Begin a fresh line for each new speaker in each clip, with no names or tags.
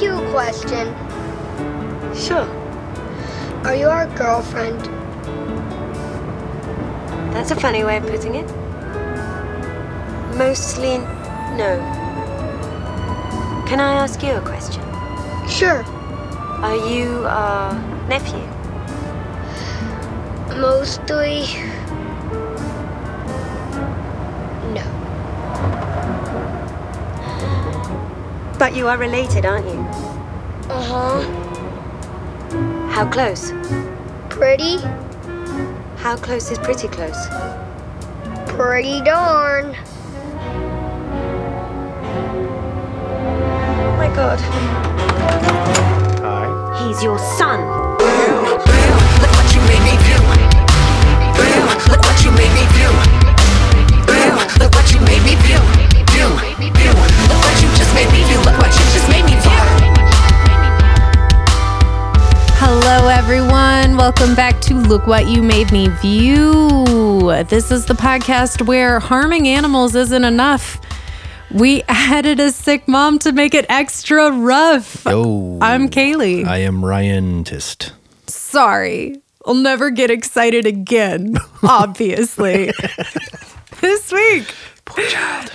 you a question?
Sure,
Are you our girlfriend?
that's a funny way of putting it. Mostly no. Can I ask you a question?
Sure.
Are you our nephew?
Mostly. No.
But you are related, aren't you?
Uh huh.
How close?
Pretty?
How close is pretty close?
Pretty darn.
Oh my god.
Hi.
He's your son.
Look what you made me do. Ew, Look what you made me do. Ew, Look what you made me do. Do, do. Look what you just made me do. Look what you just made me do.
Hello, everyone. Welcome back to Look What You Made Me View. This is the podcast where harming animals isn't enough. We added a sick mom to make it extra rough.
Yo.
I'm Kaylee.
I am Ryan Tist.
Sorry. I'll never get excited again, obviously. this week.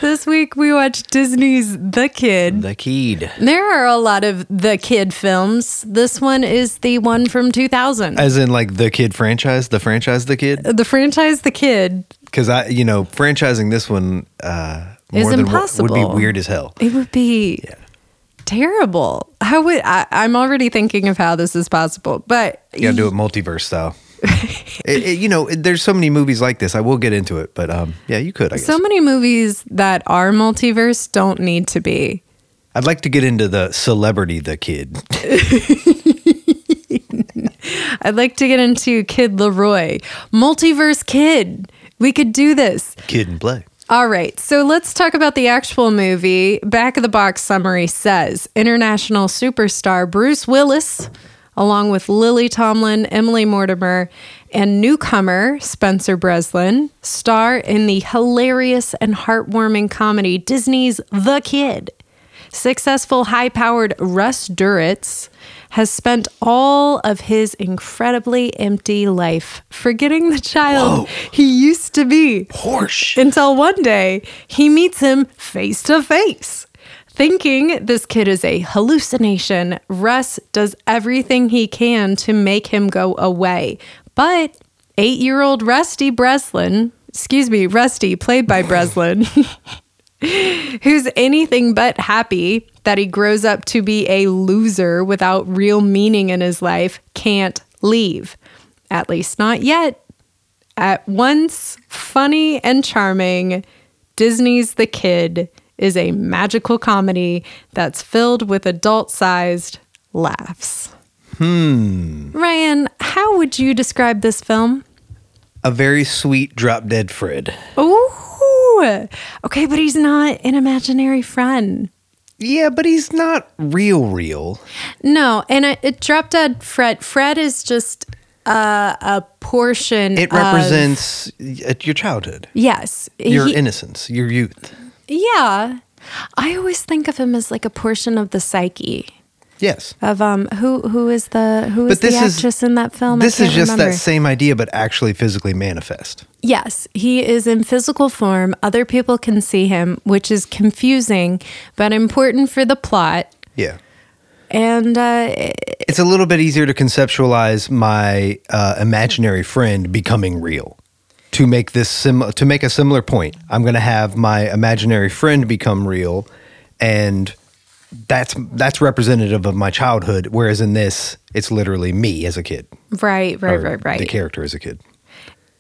This week we watched Disney's The Kid.
The Kid.
There are a lot of The Kid films. This one is the one from 2000.
As in, like, the kid franchise, the franchise, the kid?
the franchise the kid
Because I, you know, franchising this one uh,
Is
more than wo- would
impossible.
be weird as hell.
it would be terrible how would I, i'm already thinking of how this is possible but
You gotta do it multiverse style. it, it- you know, it- there's so many movies like this. I will get into it, but um, yeah, you could, I guess.
so many movies that are multiverse don't need to be
I'd like to get into the celebrity, the kid.
i'd like to get into kid leroy multiverse kid we could do this
kid and play.
All right, so let's talk about the actual movie. Back of the box summary says international superstar Bruce Willis, along with Lily Tomlin, Emily Mortimer, and newcomer Spencer Breslin, star in the hilarious and heartwarming comedy Disney's The Kid. Successful, high powered Russ Duritz has spent all of his incredibly empty life forgetting the child he used to be
Porsche.
until one day he meets him face to face. Thinking this kid is a hallucination, Russ does everything he can to make him go away. But eight year old Rusty Breslin, excuse me, Rusty, played by Breslin, who's anything but happy that he grows up to be a loser without real meaning in his life, can't leave. At least not yet at once funny and charming, Disney's The Kid is a magical comedy that's filled with adult sized laughs. Hmm. Ryan, how would you describe this film?
A very sweet drop dead Fred.
Ooh. Okay, but he's not an imaginary friend.
Yeah, but he's not real, real.
No, and it, it dropped out Fred. Fred is just uh, a portion
It
of-
represents y- uh, your childhood,
yes.
your
He-
innocence, your youth.
Yeah. I always think of him as like a portion of the psyche
Yes.
of um who who is the who is
But
the
this is-
actress in that film? I
This is
can't
just
remember.
that same idea, but actually physically manifest.
Yes, he is in physical form. Other people can see him, which is confusing but important for the plot.
Yeah.
And uh,
It's a little bit easier to conceptualize my uh, imaginary friend becoming real. To make this sim- to make a similar point, I'm going to have my imaginary friend become real, and that's that's representative of my childhood. Whereas in this, it's literally me as a kid,
right, right,
or
right,
The
right.
character as a kid.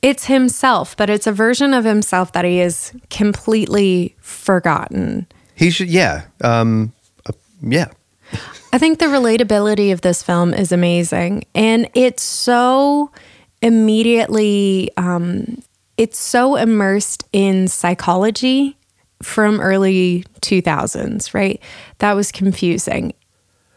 It's himself, but it's a version of himself that he is completely forgotten.
He should, yeah, um, uh, yeah.
I think the relatability of this film is amazing, and it's so immediately, um, it's so immersed in psychology from early 2000s, right? That was confusing.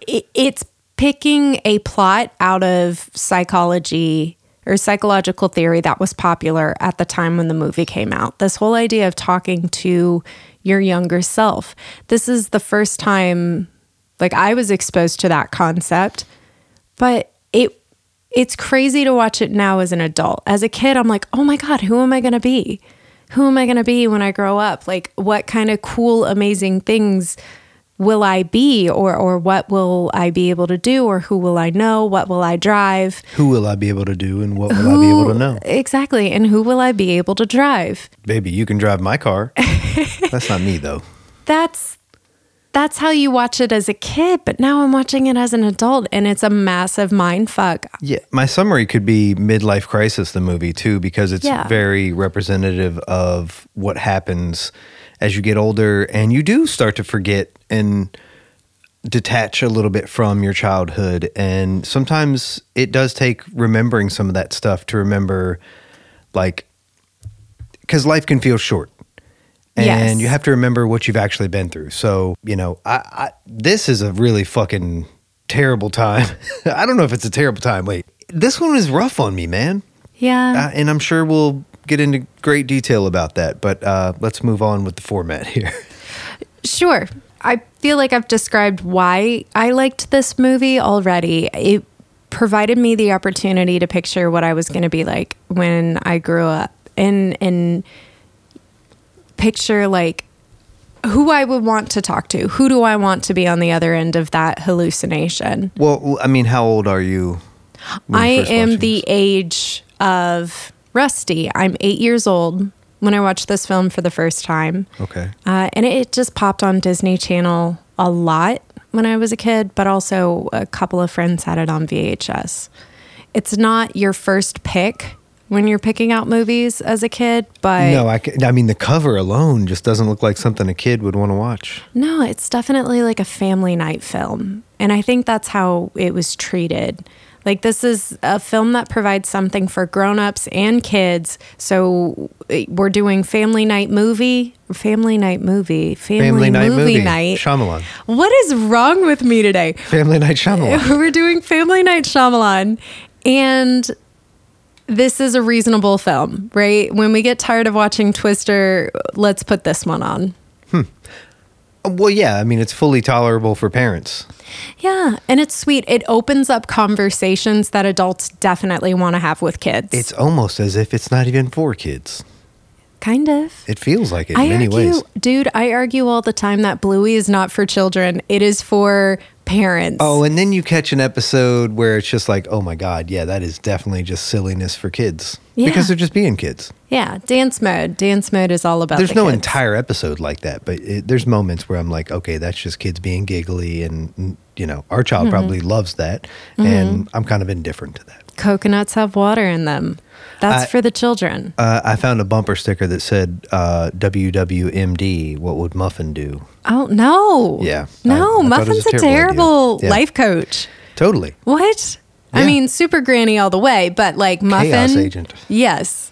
It, it's picking a plot out of psychology or psychological theory that was popular at the time when the movie came out. This whole idea of talking to your younger self. This is the first time Like I was exposed to that concept, but it it's crazy to watch it now as an adult. As a kid, I'm like, "Oh my god, who am I going to be? Who am I going to be when I grow up? Like what kind of cool amazing things will I be or or what will I be able to do or who will I know? What will I drive?"
Who will I be able to do and what will I be able to know?
Exactly. And who will I be able to drive?
Baby, you can drive my car. That's not me though.
That's that's how you watch it as a kid, but now I'm watching it as an adult and it's a massive mind fuck.
Yeah, my summary could be midlife crisis the movie too because it's
Yeah.
very representative of what happens as you get older and you do start to forget and detach a little bit from your childhood and sometimes it does take remembering some of that stuff to remember like cuz life can feel short. And
Yes.
you have to remember what you've actually been through. So, you know, I, I this is a really fucking terrible time. I don't know if it's a terrible time. Wait, this one is rough on me, man.
Yeah.
Uh, and I'm sure we'll get into great detail about that. But uh, let's move on with the format here.
sure. I feel like I've described why I liked this movie already. It provided me the opportunity to picture what I was going to be like when I grew up and and picture like who I would want to talk to. Who do I want to be on the other end of that hallucination?
well, I mean, how old are you? when
I
you first
am
watched
the age of Rusty. I'm eight years old when I watched this film for the first time.
this? Okay.
Uh, and it just popped on Disney Channel a lot when I was a kid, but also a couple of friends had it on VHS. It's not your first pick when you're picking out movies as a kid, but
No, I, ca- I mean, the cover alone just doesn't look like something a kid would want to watch.
No, it's definitely like a family night film. And I think that's how it was treated. Like, this is a film that provides something for grown-ups and kids. So eh, we're doing family night movie, family night movie, family,
Family
movie,
night movie.
night.
Shyamalan.
What is wrong with me today?
Family night Shyamalan.
We're doing Family Night Shyamalan, and this is a reasonable film, right? When we get tired of watching Twister, let's put this one on.
well, yeah. I mean, it's fully tolerable for parents.
Yeah, and it's sweet. It opens up conversations that adults definitely want to have with kids.
It's almost as if it's not even for kids.
kind of.
It feels like it in
I
many
argue,
ways.
dude. I argue all the time that Bluey is not for children. It is for parents.
Oh, and then you catch an episode where it's just like, oh my God, yeah, that is definitely just silliness for kids.
Yeah.
Because they're just being kids.
yeah. Dance mode. Dance mode is all about.
there's
the
no
kids.
entire episode like that, but it, there's moments where I'm like, okay, that's just kids being giggly. And, mm, you know, our child
Mm-hmm.
probably loves that. And I'm kind of indifferent to that.
Coconuts have water in them. That's
I-
for the children.
Uh, I found a bumper sticker that said uh, WWMD, what would Muffin do?
Oh no.
Yeah, I-
No,
I thought it was
Muffin's
a
a
terrible idea.
terrible
Yeah.
life coach.
Totally.
What? I
Yeah.
mean, super granny all the way, but like Muffin.
agent.
Yes.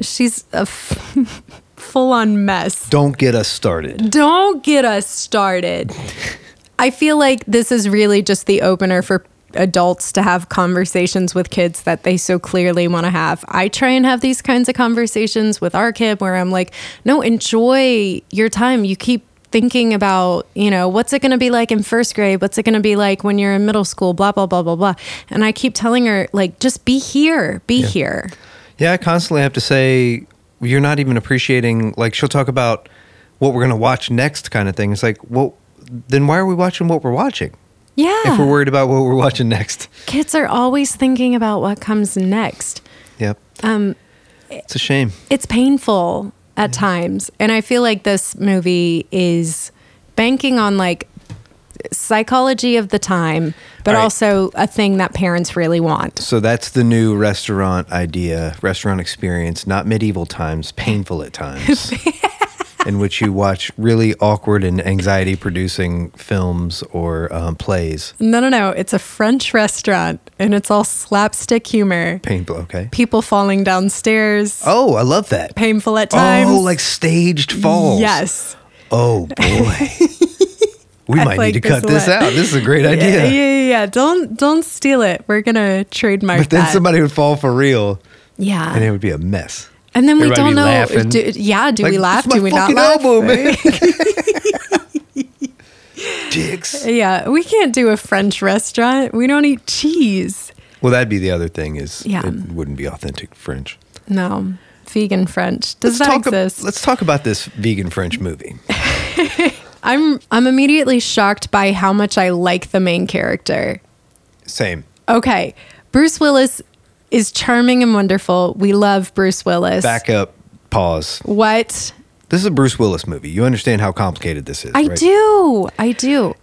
She's a f- full on mess.
Don't get us started.
Don't get us started. I feel like this is really just the opener for adults to have conversations with kids that they so clearly want to have. I try and have these kinds of conversations with our kid where I'm like, no, enjoy your time. You keep thinking about, you know, what's it going to be like in first grade? What's it going to be like when you're in middle school? Blah, blah, blah, blah, blah. And I keep telling her, like, just be here, be here.
Yeah, I constantly have to say you're not even appreciating. Like she'll talk about what we're gonna watch next, kind of thing. It's like, well, then why are we watching what we're watching
Yeah.
if we're worried about what we're watching next?
Kids are always thinking about what comes next.
Yep. Um, it's a shame.
It's painful at times. And I feel like this movie is banking on like psychology of the time, but
All right.
also a thing that parents really want.
So that's the new restaurant idea, restaurant experience, not medieval times, painful at times. In which you watch really awkward and anxiety producing films or um, plays.
No, no, no. It's a French restaurant and it's all slapstick humor.
Painful, okay.
People falling downstairs,
Oh, I love that.
painful at times.
Oh, like staged falls.
Yes.
Oh boy. We might
like
need to
this
cut
a
this
lot.
out. This is a great
Yeah, yeah,
idea.
yeah, yeah. Don't don't steal it. We're gonna trademark
But then
that.
somebody would fall for real
yeah.
and it would be a mess.
And then we
Everybody
don't
be
know.
laughing.
Uh, Do, yeah, do we
Like,
laugh?
"It's my
Do we not
fucking
laugh?
elbow, man. dicks.
Yeah, we can't do a French restaurant. We don't eat cheese.
Well, that'd be the other thing is
Yeah.
it wouldn't be authentic French.
No, vegan French. Does that
talk ab-
exist?
let's talk about this vegan French movie.
I'm I'm immediately shocked by how much I like the main character.
Same.
Okay. Bruce Willis is charming and wonderful. We love Bruce Willis.
Back up. Pause.
What?
This is a Bruce Willis movie. You understand how complicated this is.
I
right?
do. I do.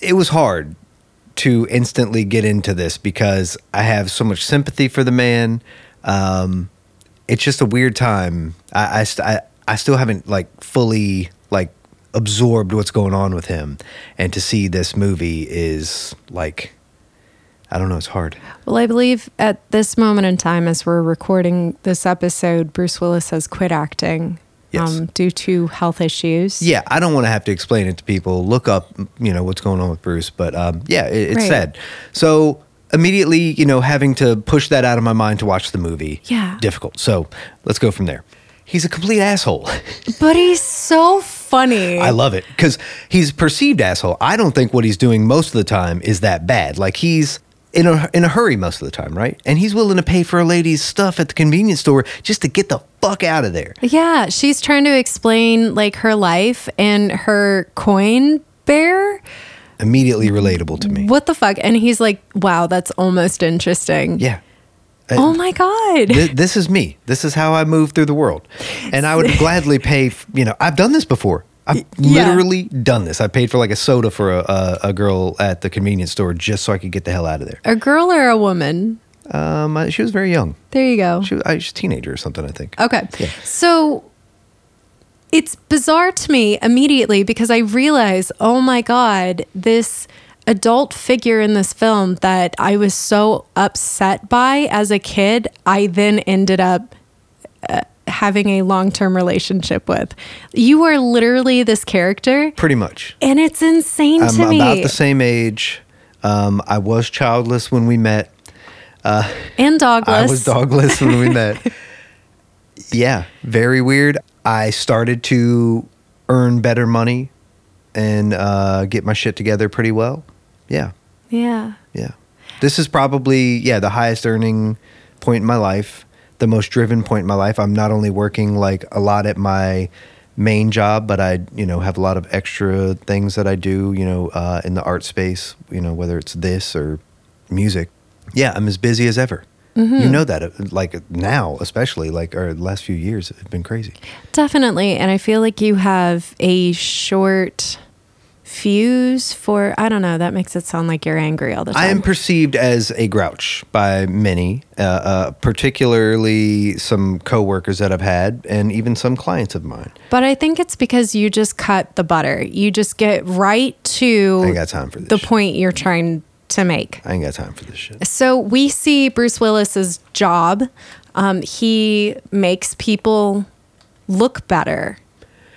it was hard to instantly get into this because I have so much sympathy for the man. Um, it's just a weird time. I, I, st- I, I still haven't like fully like absorbed what's going on with him, and to see this movie is like, I don't know. It's hard.
Well, I believe at this moment in time, as we're recording this episode, Bruce Willis has quit acting um,
Yes.
due to health issues.
Yeah, I don't want to have to explain it to people. Look up, you know, what's going on with Bruce. But um, yeah, it, it's
Right.
sad. So immediately, you know, having to push that out of my mind to watch the movie.
Yeah.
Difficult. So let's go from there. He's a complete asshole.
But he's so funny.
I love it because he's perceived asshole. I don't think what he's doing most of the time is that bad. Like he's in a in a hurry most of the time, right? And he's willing to pay for a lady's stuff at the convenience store just to get the fuck out of there.
Yeah, she's trying to explain like her life and her coin bear.
Immediately relatable to me.
What the fuck? And he's like, wow, that's almost interesting.
Yeah.
Oh my God.
Th- this is me. This is how I move through the world. And I would gladly pay, f- you know, I've done this before. I've
yeah.
literally done this. I paid for like a soda for a, a, a girl at the convenience store just so I could get the hell out of there.
a girl or a woman?
Um, I- she was very young.
There you go.
She was, I, she was a teenager or something, I think.
Okay.
Yeah.
So it's bizarre to me immediately because I realize, oh my God, this adult figure in this film that I was so upset by as a kid, I then ended up uh, having a long term relationship with. You are literally this character,
Pretty much.
and it's insane
I'm
to me.
about the same age. Um, I was childless when we met.
And dogless.
I was dogless when we met. Yeah, very weird. I started to earn better money and uh, get my shit together pretty well. Yeah,
yeah.
yeah. This is probably yeah the highest earning point in my life, the most driven point in my life. I'm not only working like a lot at my main job, but I you know have a lot of extra things that I do. You know, uh, in the art space. You know, whether it's this or music. Yeah, I'm as busy as ever. You know that, uh, like now, especially like our last few years have been crazy.
Definitely. And I feel like you have a short fuse for, I don't know, that makes it sound like you're angry all the time.
I am perceived as a grouch by many, uh, uh, particularly some coworkers that I've had, and even some clients of mine.
but I think it's because you just cut the butter. You just get right
I
to
ain't got time for this.
the
shit.
point you're trying to make.
I ain't got time for this shit.
So we see Bruce Willis's job. Um, he makes people look better.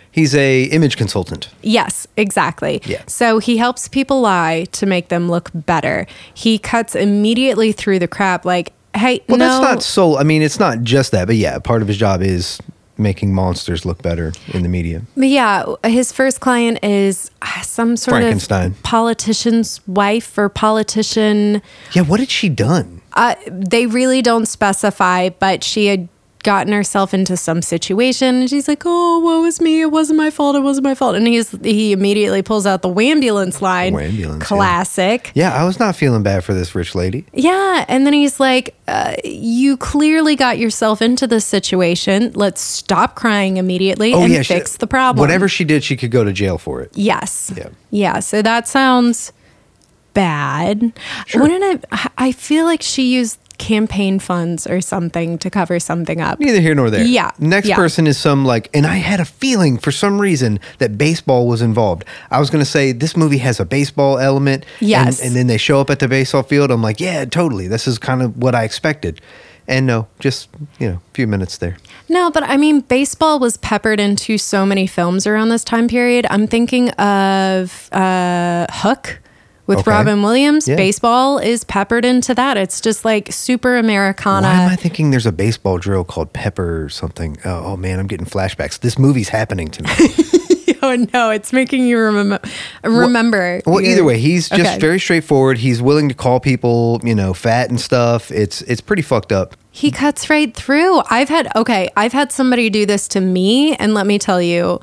He's a image consultant.
Yes, exactly.
Yeah.
So he helps people lie to make them look better. He cuts immediately through the crap like, hey,
Well,
no.
that's not so. I mean, it's not just that, but yeah, part of his job is making monsters look better in the media.
But yeah, his first client is ah, some sort
Frankenstein.
of politician's wife or politician.
Yeah, what had she done?
Uh, they really don't specify, but she had gotten herself into some situation and she's like, "Oh, woe is me! It wasn't my fault. It wasn't my fault." And he's he immediately pulls out the ambulance line,
Wambulance, yeah.
classic.
Yeah, I was not feeling bad for this rich lady.
Yeah. And then he's like, uh, You clearly got yourself into this situation. Let's stop crying immediately and
Oh, yeah, she-
fix the problem.
Whatever she did, she could go to jail for it.
Yes.
Yeah.
Yeah. So that sounds bad.
Sure.
Wouldn't it? I feel like she used campaign funds or something to cover something up.
Neither here nor there.
Yeah,
Next
yeah.
person is some like, and I had a feeling for some reason that baseball was involved. I was going to say this movie has a baseball element. and-
Yes.
And, then they show up at the baseball field. I'm like, yeah, totally. This is kind of what I expected. And no, just, you know, a few minutes there.
No, but I mean, baseball was peppered into so many films around this time period. I'm thinking of uh, Hook with
Okay.
Robin Williams.
Yeah.
Baseball is peppered into that. It's just like super Americana.
Why am I thinking there's a baseball drill called Pepper or something? Oh, oh, man, I'm getting flashbacks. This movie's happening to me.
don't know. It's making you remember. Remember.
Well,
your-
either way, he's just
Okay.
very straightforward. He's willing to call people, you know, fat and stuff. It's it's pretty fucked up.
He cuts right through. I've had okay, I've had somebody do this to me and let me tell you,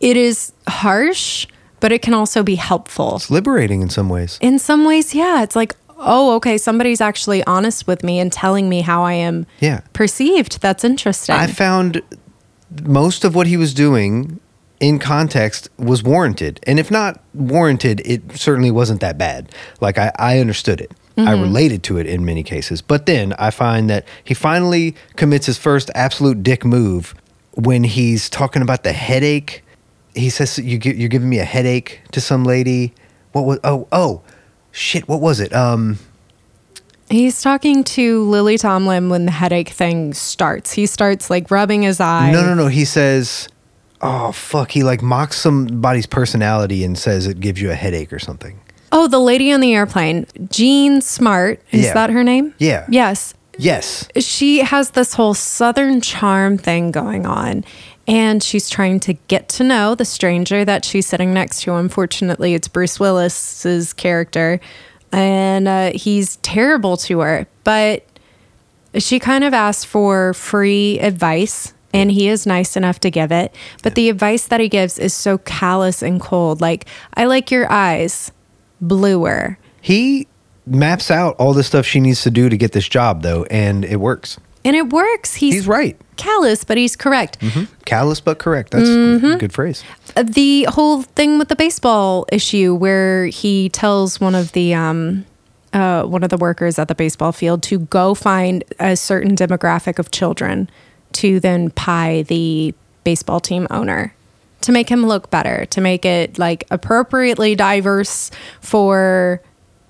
it is harsh, but it can also be helpful.
It's liberating in some ways.
In some ways, yeah, it's like, oh, okay, somebody's actually honest with me and telling me how I am
Yeah.
perceived. That's interesting.
I found most of what he was doing in context was warranted. And if not warranted, it certainly wasn't that bad. Like I, I understood it. I related to it in many cases. But then I find that he finally commits his first absolute dick move when he's talking about the headache. He says you gi- you're giving me a headache to some lady. What was oh oh shit, what was it? Um
He's talking to Lily Tomlin when the headache thing starts. He starts like rubbing his eye.
No, no, no. He says, "Oh fuck." He like mocks somebody's personality and says it gives you a headache or something.
Oh, the lady on the airplane, Jean Smart. Is
Yeah.
that her name?
Yeah.
Yes.
Yes,
she has this whole southern charm thing going on and she's trying to get to know the stranger that she's sitting next to unfortunately it's bruce willis's character and uh, he's terrible to her but she kind of asked for free advice and he is nice enough to give it but the advice that he gives is so callous and cold like i like your eyes bluer
he maps out all the stuff she needs to do to get this job though, and it works.
and it works he's,
He's right. Mm-hmm.
callous but he's correct
Callous but correct. That's
Mm-hmm.
a good phrase.
the whole thing with the baseball issue where he tells one of the um uh, one of the workers at the baseball field to go find a certain demographic of children to then pie the baseball team owner to make him look better to make it like appropriately diverse for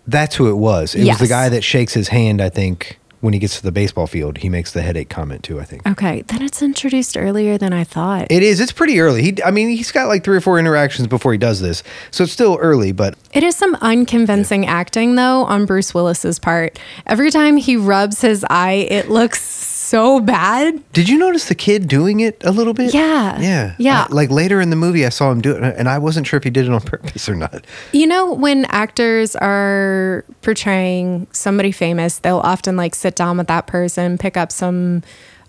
That's who it was. It was
Yes.
the guy that shakes his hand. I think when he gets to the baseball field, he makes the headache comment too. I think.
okay then it's introduced earlier than i thought
It is. It's pretty early. He, I mean, he's got like three or four interactions before he does this, so it's still early. But
It is some unconvincing acting though on Bruce Willis's part. Every time he rubs his eye, it looks so bad.
Did you notice the kid doing it a little bit?
Yeah.
Yeah.
Yeah.
I- like later in the movie, I saw him do it, and I wasn't sure if he did it on purpose or not.
You know, when actors are portraying somebody famous, they'll often like sit down with that person, pick up some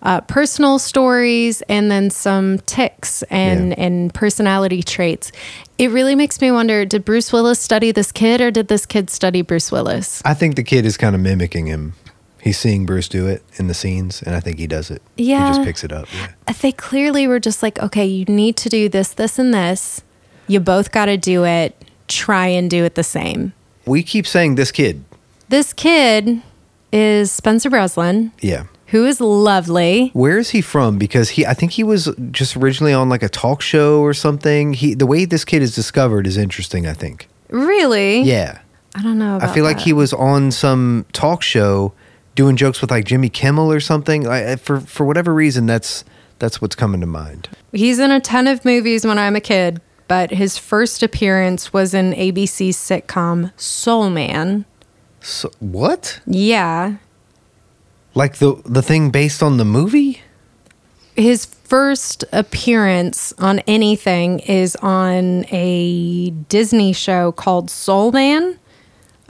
uh, personal stories, and then some ticks and
Yeah.
and personality traits. It really makes me wonder: Did Bruce Willis study this kid, or did this kid study Bruce Willis?
I think the kid is kind of mimicking him. He's seeing Bruce do it in the scenes, and I think he does it. He
Yeah.
just picks it up. Yeah.
they clearly were just like, okay, you need to do this, this, and this. You both got to do it. Try and do it the same.
We keep saying this kid.
This kid is Spencer Breslin,
Yeah.
who is lovely.
Where is he from? Because he, I think he was just originally on like a talk show or something. He, the way this kid is discovered is interesting. I think.
Really?
Yeah.
I don't know. About
I feel like
that.
he was on some talk show doing jokes with like Jimmy Kimmel or something. I, I- for for whatever reason, that's that's what's coming to mind.
He's in a ton of movies when I'm a kid, but his first appearance was in ABC's sitcom Soul Man.
So, what?
Yeah.
Like the the thing based on the movie?
his first appearance on anything is on a Disney show called Soul Man,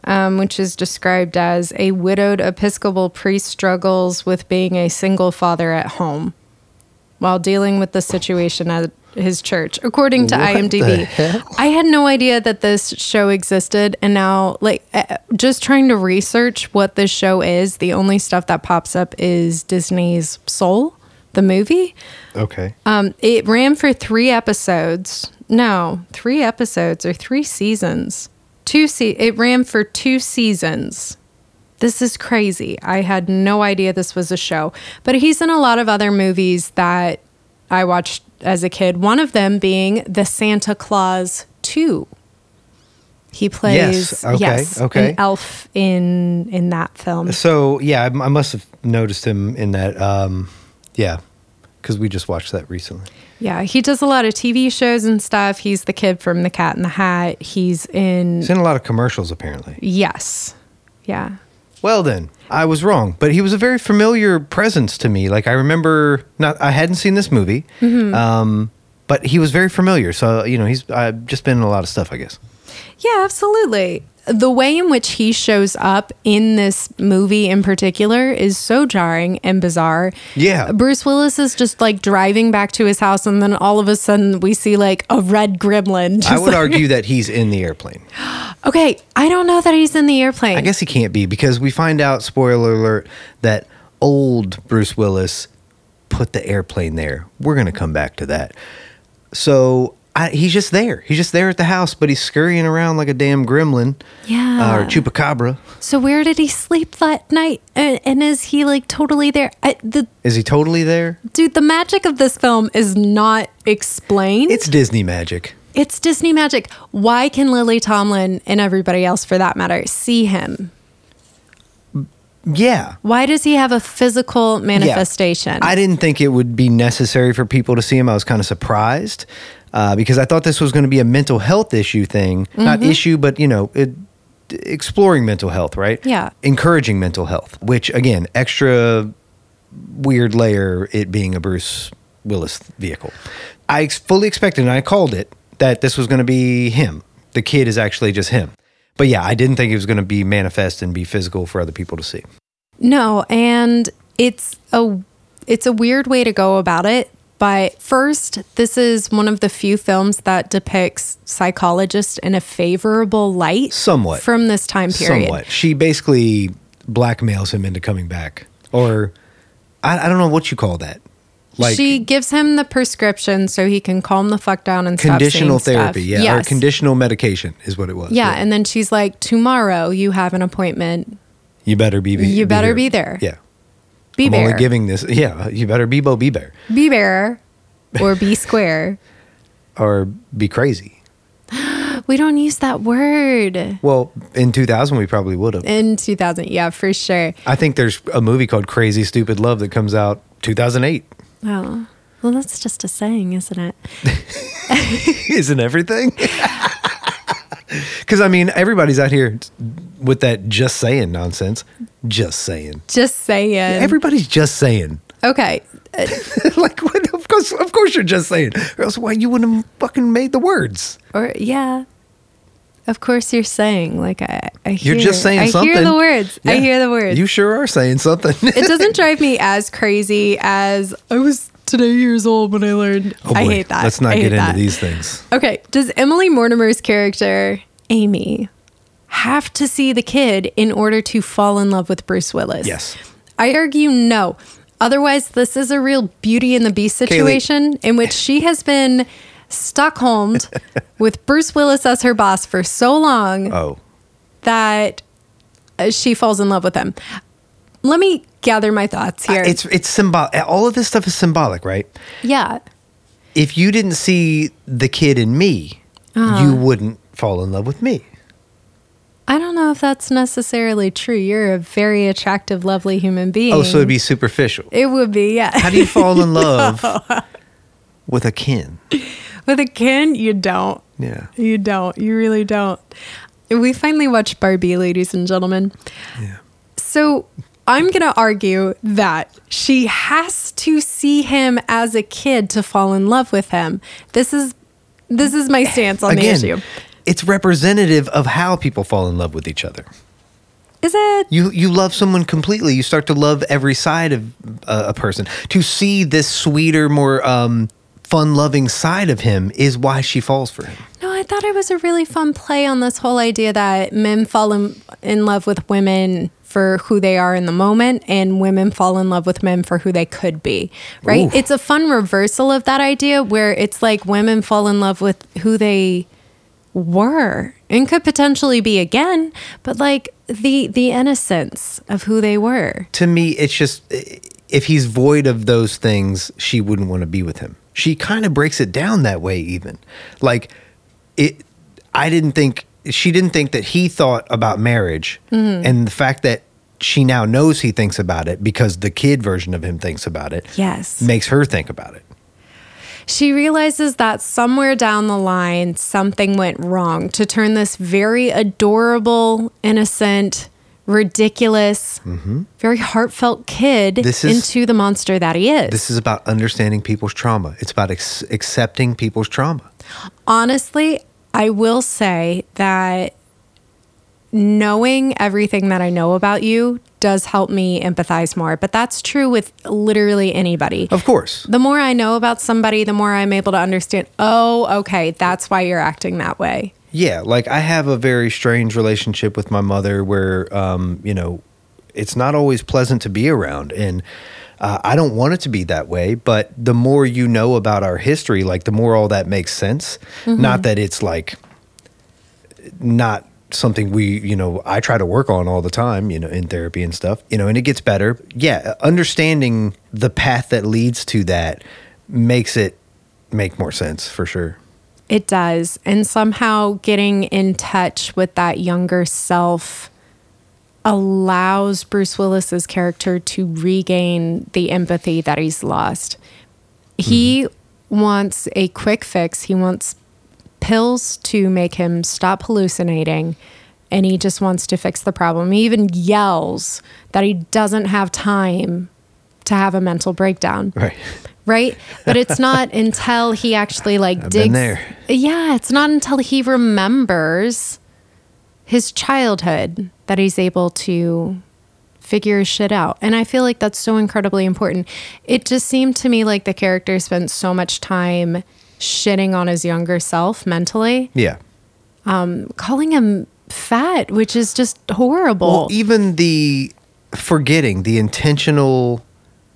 um, which is described as a widowed Episcopal priest struggles with being a single father at home while dealing with the situation at his church, according to
What
IMDb.
the hell?
I had no idea that this show existed, and now, like, uh, just trying to research what this show is, the only stuff that pops up is Disney's Soul, the movie.
Okay.
Um, it ran for three episodes. No, three episodes or three seasons. Two se- It ran for two seasons. This is crazy. I had no idea this was a show. But he's in a lot of other movies that I watched as a kid. One of them being The Santa Claus 2. He plays
okay,
yes,
okay.
an elf in in that film.
So yeah, I, I must have noticed him in that. Um, yeah, because we just watched that recently.
Yeah, he does a lot of TV shows and stuff. He's the kid from The Cat in the Hat. He's in
He's in a lot of commercials apparently.
Yes. Yeah.
Well then, I was wrong, but he was a very familiar presence to me. Like I remember, not I hadn't seen this movie. Um, But he was very familiar, so you know he's uh, just been in a lot of stuff, I guess.
Yeah, absolutely. The way in which he shows up in this movie in particular is so jarring and bizarre.
Yeah.
Bruce Willis is just like driving back to his house, and then all of a sudden we see like a red gremlin. Just
I would
like-
argue that he's in the airplane.
Okay, I don't know that he's in the airplane.
I guess he can't be because we find out, spoiler alert, that old Bruce Willis put the airplane there. We're going to come back to that. So I, he's just there. He's just there at the house, but he's scurrying around like a damn gremlin
Yeah.
uh, or chupacabra.
so where did he sleep that night? And, and is he like totally there? I, the
Is he totally there?
dude, the magic of this film is not explained.
It's Disney magic.
It's Disney magic. Why can Lily Tomlin and everybody else, for that matter, see him?
Yeah.
Why does he have a physical manifestation?
I didn't think it would be necessary for people to see him. I was kind of surprised uh, because I thought this was going to be a mental health issue thing, not issue, but you know, it, exploring mental health, right?
Yeah.
encouraging mental health, which again, extra weird layer it being a Bruce Willis vehicle. I ex- fully expected, and I called it that this was going to be him. The kid is actually just him. But yeah, I didn't think it was going to be manifest and be physical for other people to see.
no, and it's a it's a weird way to go about it. But first, this is one of the few films that depicts psychologists in a favorable light,
Somewhat.
from this time period.
Somewhat. She basically blackmails him into coming back, or I, I don't know what you call that. Like
she gives him the prescription so he can calm the fuck down and stop
conditional
seeing stuff.
therapy, yeah, or
Yes.
conditional medication is what it was.
Yeah, and then she's like, "Tomorrow you have an appointment.
you better be. be
You better
here.
be there.
Yeah,
Be
I'm
bear,
only giving this. Yeah, you better be Bo Be Bear
be bear, or be square."
or be crazy.
We don't use that word
Well, in 2000, we probably would have.
in 2000. Yeah, for sure.
I think there's a movie called Crazy Stupid Love that comes out 2008.
Oh, well, that's just a saying, isn't it?
isn't everything? Because I mean, everybody's out here with that just saying nonsense. Just saying.
Just saying.
Everybody's just saying.
okay. Uh,
like, what? of course, of course, you're just saying. Or else, why you wouldn't have fucking made the words?
or yeah. Of course, you're saying like I. I
You're
hear,
just saying
I
something.
hear the words. I
Yeah.
hear the words.
You sure are saying something.
it doesn't drive me as crazy as I was today years old when I learned.
Oh,
I
boy.
hate that.
Let's not
I
get
hate
into
that.
these things.
Okay. Does Emily Mortimer's character, Amy, have to see the kid in order to fall in love with Bruce Willis?
Yes.
I argue no. Otherwise, this is a real Beauty and the Beast situation in which she has been Stockholmed with Bruce Willis as her boss for so long
Oh,
that uh, she falls in love with him. Let me gather my thoughts here.
it's it's symbolic. All of this stuff is symbolic, right?
yeah.
If you didn't see the kid in me,
Uh-huh.
you wouldn't fall in love with me.
I don't know if that's necessarily true. You're a very attractive, lovely human being.
Oh, so it'd be superficial.
It would be, yeah.
How do you fall in love with a kin?
With a kid, you don't.
Yeah.
You don't. You really don't. We finally watched Barbie, ladies and gentlemen.
Yeah.
So I'm going to argue that she has to see him as a kid to fall in love with him. This is this is my stance on
Again,
the issue.
it's representative of how people fall in love with each other.
Is it?
You you love someone completely. You start to love every side of uh, a person. To see this sweeter, more um, fun-loving side of him is why she falls for him.
No, I thought it was a really fun play on this whole idea that men fall in, in love with women for who they are in the moment and women fall in love with men for who they could be, right?
Oof.
It's a fun reversal of that idea where it's like women fall in love with who they were and could potentially be again, but like the the innocence of who they were.
To me, it's just i- if he's void of those things, she wouldn't want to be with him. She kind of breaks it down that way, even like it. I didn't think she didn't think that he thought about marriage, and the fact that she now knows he thinks about it because the kid version of him thinks about it.
Yes.
makes her think about it.
She realizes that somewhere down the line, something went wrong to turn this very adorable, innocent, ridiculous, very heartfelt kid
Mm-hmm. This is-
into the monster that he is.
This is about understanding people's trauma. It's about ex- accepting people's trauma.
Honestly, I will say that knowing everything that I know about you does help me empathize more, but that's true with literally anybody.
Of course.
The more I know about somebody, the more I'm able to understand, oh, okay, that's why you're acting that way.
Yeah, like I have a very strange relationship with my mother where, um, you know, it's not always pleasant to be around. And uh, I don't want it to be that way. But the more you know about our history, like the more all that makes sense. Not that it's like not something we, you know, I try to work on all the time, you know, in therapy and stuff, you know, and it gets better. Yeah, understanding the path that leads to that makes it make more sense for sure.
It does. And somehow getting in touch with that younger self allows Bruce Willis's character to regain the empathy that he's lost. He wants a quick fix. He wants pills to make him stop hallucinating and he just wants to fix the problem. He even yells that he doesn't have time to have a mental breakdown
Right.
right? But it's not until he actually like
I've
digs.
been there.
Yeah, it's not until he remembers his childhood that he's able to figure shit out. And I feel like that's so incredibly important. It just seemed to me like the character spent so much time shitting on his younger self mentally,
Yeah.
calling him fat, which is just horrible.
Well, even the forgetting, the intentional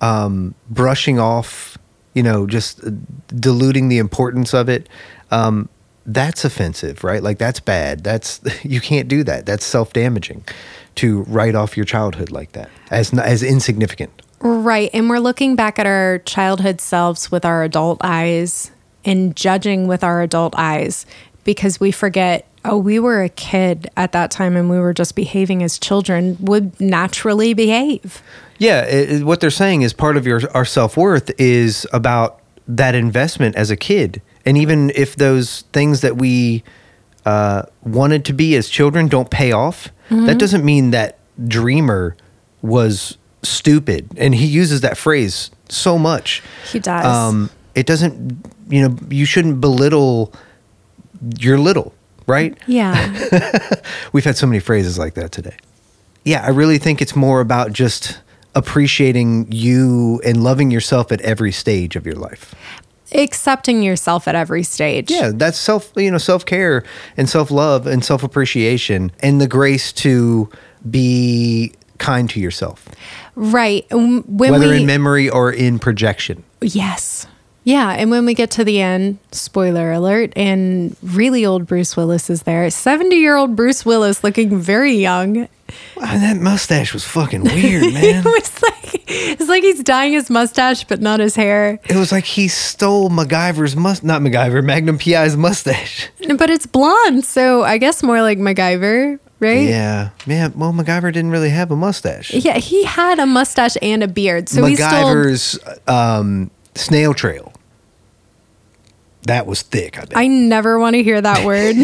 um, brushing off, you know, just uh, diluting the importance of it, um, that's offensive, right? Like that's bad. That's you can't do that. That's self-damaging to write off your childhood like that as n- as insignificant.
Right. And we're looking back at our childhood selves with our adult eyes and judging with our adult eyes because we forget, oh, we were a kid at that time and we were just behaving as children would naturally behave.
Yeah, it, it- what they're saying is part of your our self worth is about that investment as a kid, and even if those things that we uh, wanted to be as children don't pay off, that doesn't mean that dreamer was stupid. And he uses that phrase so much.
He does.
Um, it doesn't, you know, you shouldn't belittle your little, right?
Yeah.
We've had so many phrases like that today. Yeah, I really think it's more about just appreciating you and loving yourself at every stage of your life.
Accepting yourself at every stage.
Yeah, that's self, you know, self-care and self-love and self-appreciation and the grace to be kind to yourself,
Right. And When
whether
we,
in memory or in projection.
Yes. Yeah. And when we get to the end, spoiler alert, and really old Bruce Willis is there. 70 year old Bruce Willis looking very young
Wow, that mustache was fucking weird, man.
it's like it's like he's dyeing his mustache but not his hair.
it was like he stole MacGyver's must not MacGyver, Magnum PI's mustache.
But it's blonde, so I guess more like MacGyver, right?
Yeah. Yeah, well MacGyver didn't really have a mustache.
Yeah, he had a mustache and a beard, so he stole.
MacGyver's um, snail trail. That was thick. I bet.
I never want to hear that word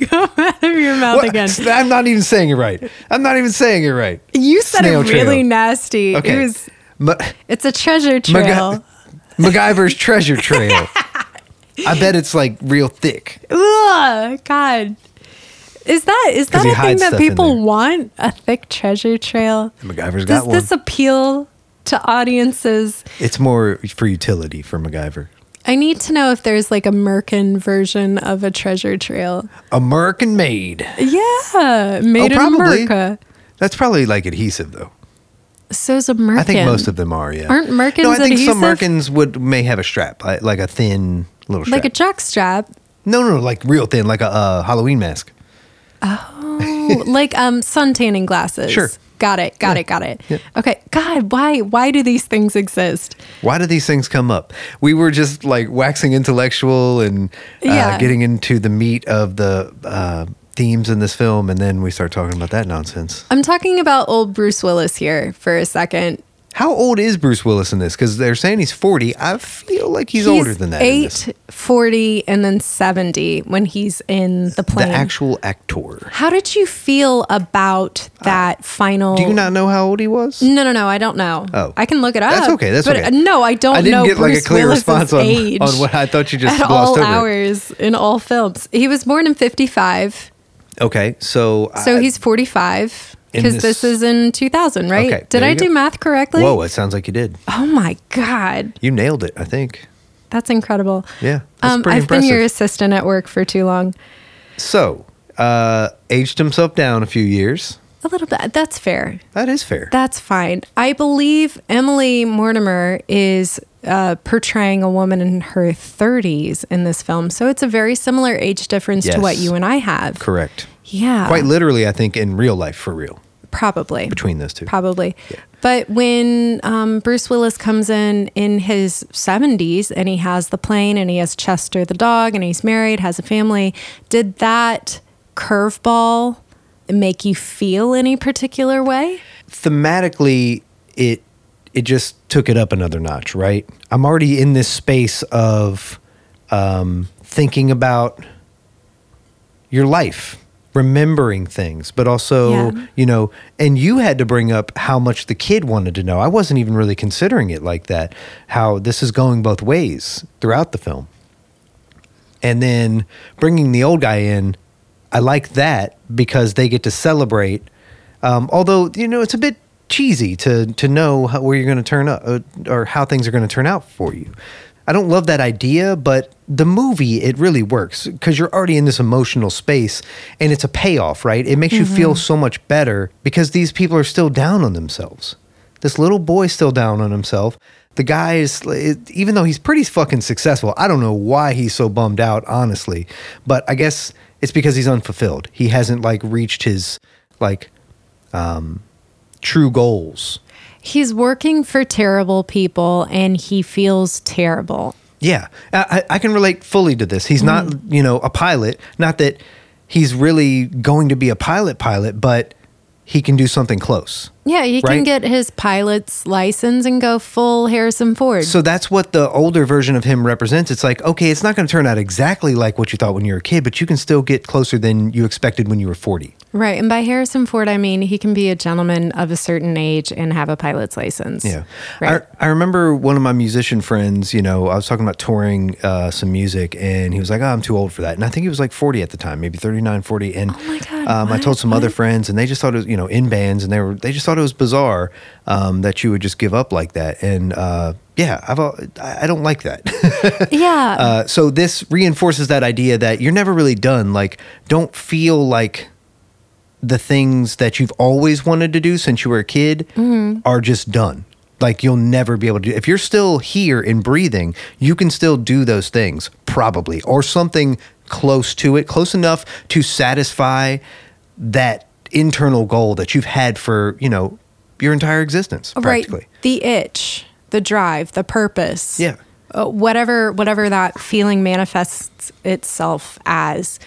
come out of your mouth
What?
again.
I'm not even saying it right. I'm not even saying it right.
You said
Snail
it really
trail.
nasty.
Okay.
It was.
Ma-
It's a treasure trail.
Maga- MacGyver's treasure trail. I bet it's like real thick.
Ugh, God. Is that is
'Cause
that
he
a thing
hides
that
stuff in
people
there.
want? A thick treasure trail?
MacGyver's
Does
got one.
this appeal to audiences?
it's more for utility for MacGyver.
I need to know if there's like a Merkin version of a treasure trail.
American made.
Yeah,
Oh,
made in America.
That's probably like adhesive though.
So's a Merkin.
I think most of them are. Yeah.
Aren't Merkins
No, I think some
adhesive?
Merkins would may have a strap, like, like a thin little
like
strap.
a jock strap.
No, no, no, like real thin, like a uh, Halloween mask.
Oh, like um sun tanning glasses.
Sure.
Got it. Got it. Got it. Okay. God, why why do these things exist?
Why do these things come up? We were just like waxing intellectual and uh,
Yeah.
getting into the meat of the uh, themes in this film, and then we start talking about that nonsense.
I'm talking about old Bruce Willis here for a second.
How old is Bruce Willis in this? Because they're saying he's 40. I feel like he's, older than that. in this.
Eight, 40, and then 70 when he's in the
The
plane.
actual actor.
How did you feel about that final?
Do you not know how old he was?
No, no, no. I don't know.
Oh.
I can look it up.
That's okay, that's
but
okay.
uh, No, I don't
I didn't
know
get, like, a
Bruce
clear
Willis's
response on-
age
on what I thought you just
at
glossed
all
over it.
hours in all films. He was born in '55,
Okay, so.
so
I-
he's 45
In
because
this-
this, is in 2000, right?
Okay,
Did
there
I
you go.
do math correctly?
Whoa, it sounds like you did.
Oh my god,
You nailed it, I think.
that's incredible.
Yeah, that's
um,
pretty
I've been your
impressive.
assistant at work for too long.
So, uh, aged himself down a few years.
A little bit. That's fair.
That is fair.
That's fine. I believe Emily Mortimer is uh, portraying a woman in her 30s in this film. So it's a very similar age difference
Yes.
to what you and I have.
Correct.
Yeah.
Quite literally, I think, in real life, for real,
Probably.
between those two.
Probably. But when um, Bruce Willis comes in in his 70s and he has the plane and he has Chester the dog and he's married, has a family, did that curveball make you feel any particular way?
thematically it it just took it up another notch right i'm already in this space of um, thinking about your life remembering things but also
Yeah.
you know and you had to bring up how much the kid wanted to know i wasn't even really considering it like that how this is going both ways throughout the film and then bringing the old guy in i like that because they get to celebrate um, although you know it's a bit cheesy to to know how, where you're going to turn up uh, or how things are going to turn out for you i don't love that idea but the movie it really works because you're already in this emotional space and it's a payoff right it makes you feel so much better because these people are still down on themselves this little boy's still down on himself. The guy is, even though he's pretty fucking successful, I don't know why he's so bummed out, honestly. But I guess it's because he's unfulfilled. He hasn't like reached his like um, true goals.
He's working for terrible people and he feels terrible.
Yeah, I, I I can relate fully to this. He's not, you know, a pilot. Not that he's really going to be a pilot pilot, but he can do something close.
Yeah, he
Right.
can get his pilot's license and go full Harrison Ford.
So that's what the older version of him represents. It's like, okay, it's not going to turn out exactly like what you thought when you were a kid, but you can still get closer than you expected when you were 40.
right. And by Harrison Ford, I mean he can be a gentleman of a certain age and have a pilot's license.
Yeah.
Right.
I, I remember one of my musician friends, you know, I was talking about touring uh, some music and he was like, oh, I'm too old for that. And I think he was like 40 at the time, maybe 39, 40. And
Oh my God,
um, I
what?
told some other friends and they just thought it was, you know, in bands and they were, they just thought it was bizarre um, that you would just give up like that. And uh, yeah, I've, al- I I don't like that.
yeah.
Uh, so this reinforces that idea that you're never really done. Like, don't feel like the things that you've always wanted to do since you were a kid are just done. Like you'll never be able to do. If you're still here and breathing, you can still do those things probably, or something close to it, close enough to satisfy that internal goal that you've had for you know your entire existence
Oh, right.
practically.
The itch, the drive, the purpose.
Yeah.
Uh, whatever whatever that feeling manifests itself as.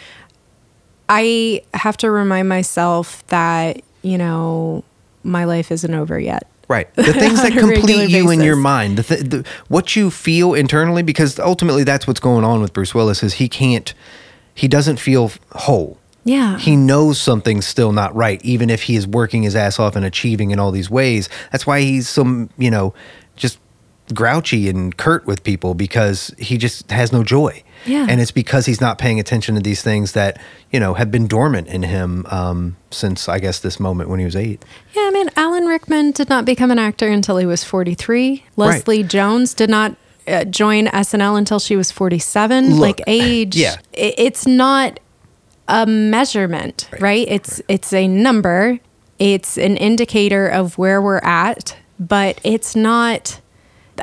I have to remind myself that, you know, my life isn't over yet.
Right. The things that
On a regular
complete you in your
basis.
mind, the, th- the what you feel internally, because ultimately that's what's going on with Bruce Willis is he can't, he doesn't feel whole.
Yeah.
He knows something's still not right, even if he is working his ass off and achieving in all these ways. That's why he's some, you know, just grouchy and curt with people because he just has no joy.
Yeah.
And it's because he's not paying attention to these things that, you know, have been dormant in him um, since, I guess, this moment when he was eight.
Yeah, I mean, Alan Rickman did not become an actor until he was 43. Leslie Jones did not uh, join SNL until she was 47.
Look, uh,
like age,
yeah.
i- it's not a measurement, right? It's it's a number. It's an indicator of where we're at, but it's not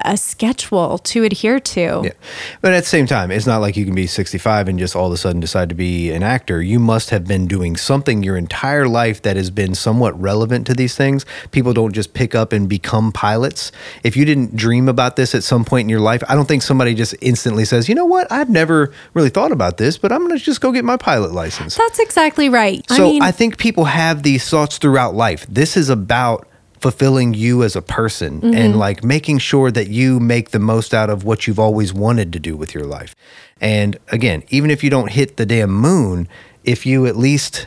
a schedule to adhere to.
Yeah. But at the same time, it's not like you can be 65 and just all of a sudden decide to be an actor. You must have been doing something your entire life that has been somewhat relevant to these things. People don't just pick up and become pilots. If you didn't dream about this at some point in your life, I don't think somebody just instantly says, you know what? I've never really thought about this, but I'm going to just go get my pilot license.
That's exactly right.
So I,
I mean,
think people have these thoughts throughout life. This is about fulfilling you as a person and like making sure that you make the most out of what you've always wanted to do with your life. And again, even if you don't hit the damn moon, if you at least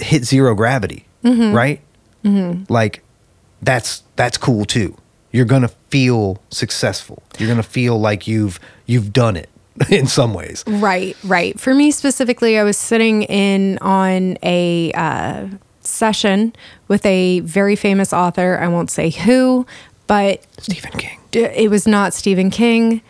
hit zero gravity, right? Like that's that's cool too. You're gonna feel successful. You're gonna feel like you've you've done it in some ways.
Right, right. For me specifically, I was sitting in on a uh, session with a very famous author. I won't say who, but
Stephen King.
d- it was not Stephen King.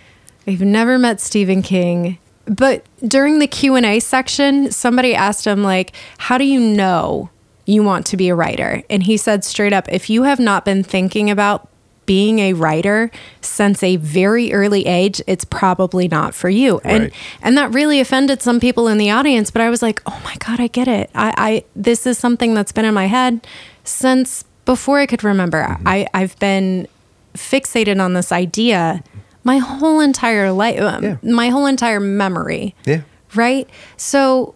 I've never met Stephen King. But during the Q&A section, somebody asked him like, "How do you know you want to be a writer?" And he said straight up, "If you have not been thinking about being a writer since a very early age, it's probably not for you." And
Right.
and that really offended some people in the audience, but I was like, "Oh my god, I get it. I I this is something that's been in my head since before I could remember. I I've been fixated on this idea my whole entire life, um,
Yeah.
my whole entire memory.
Yeah.
Right? So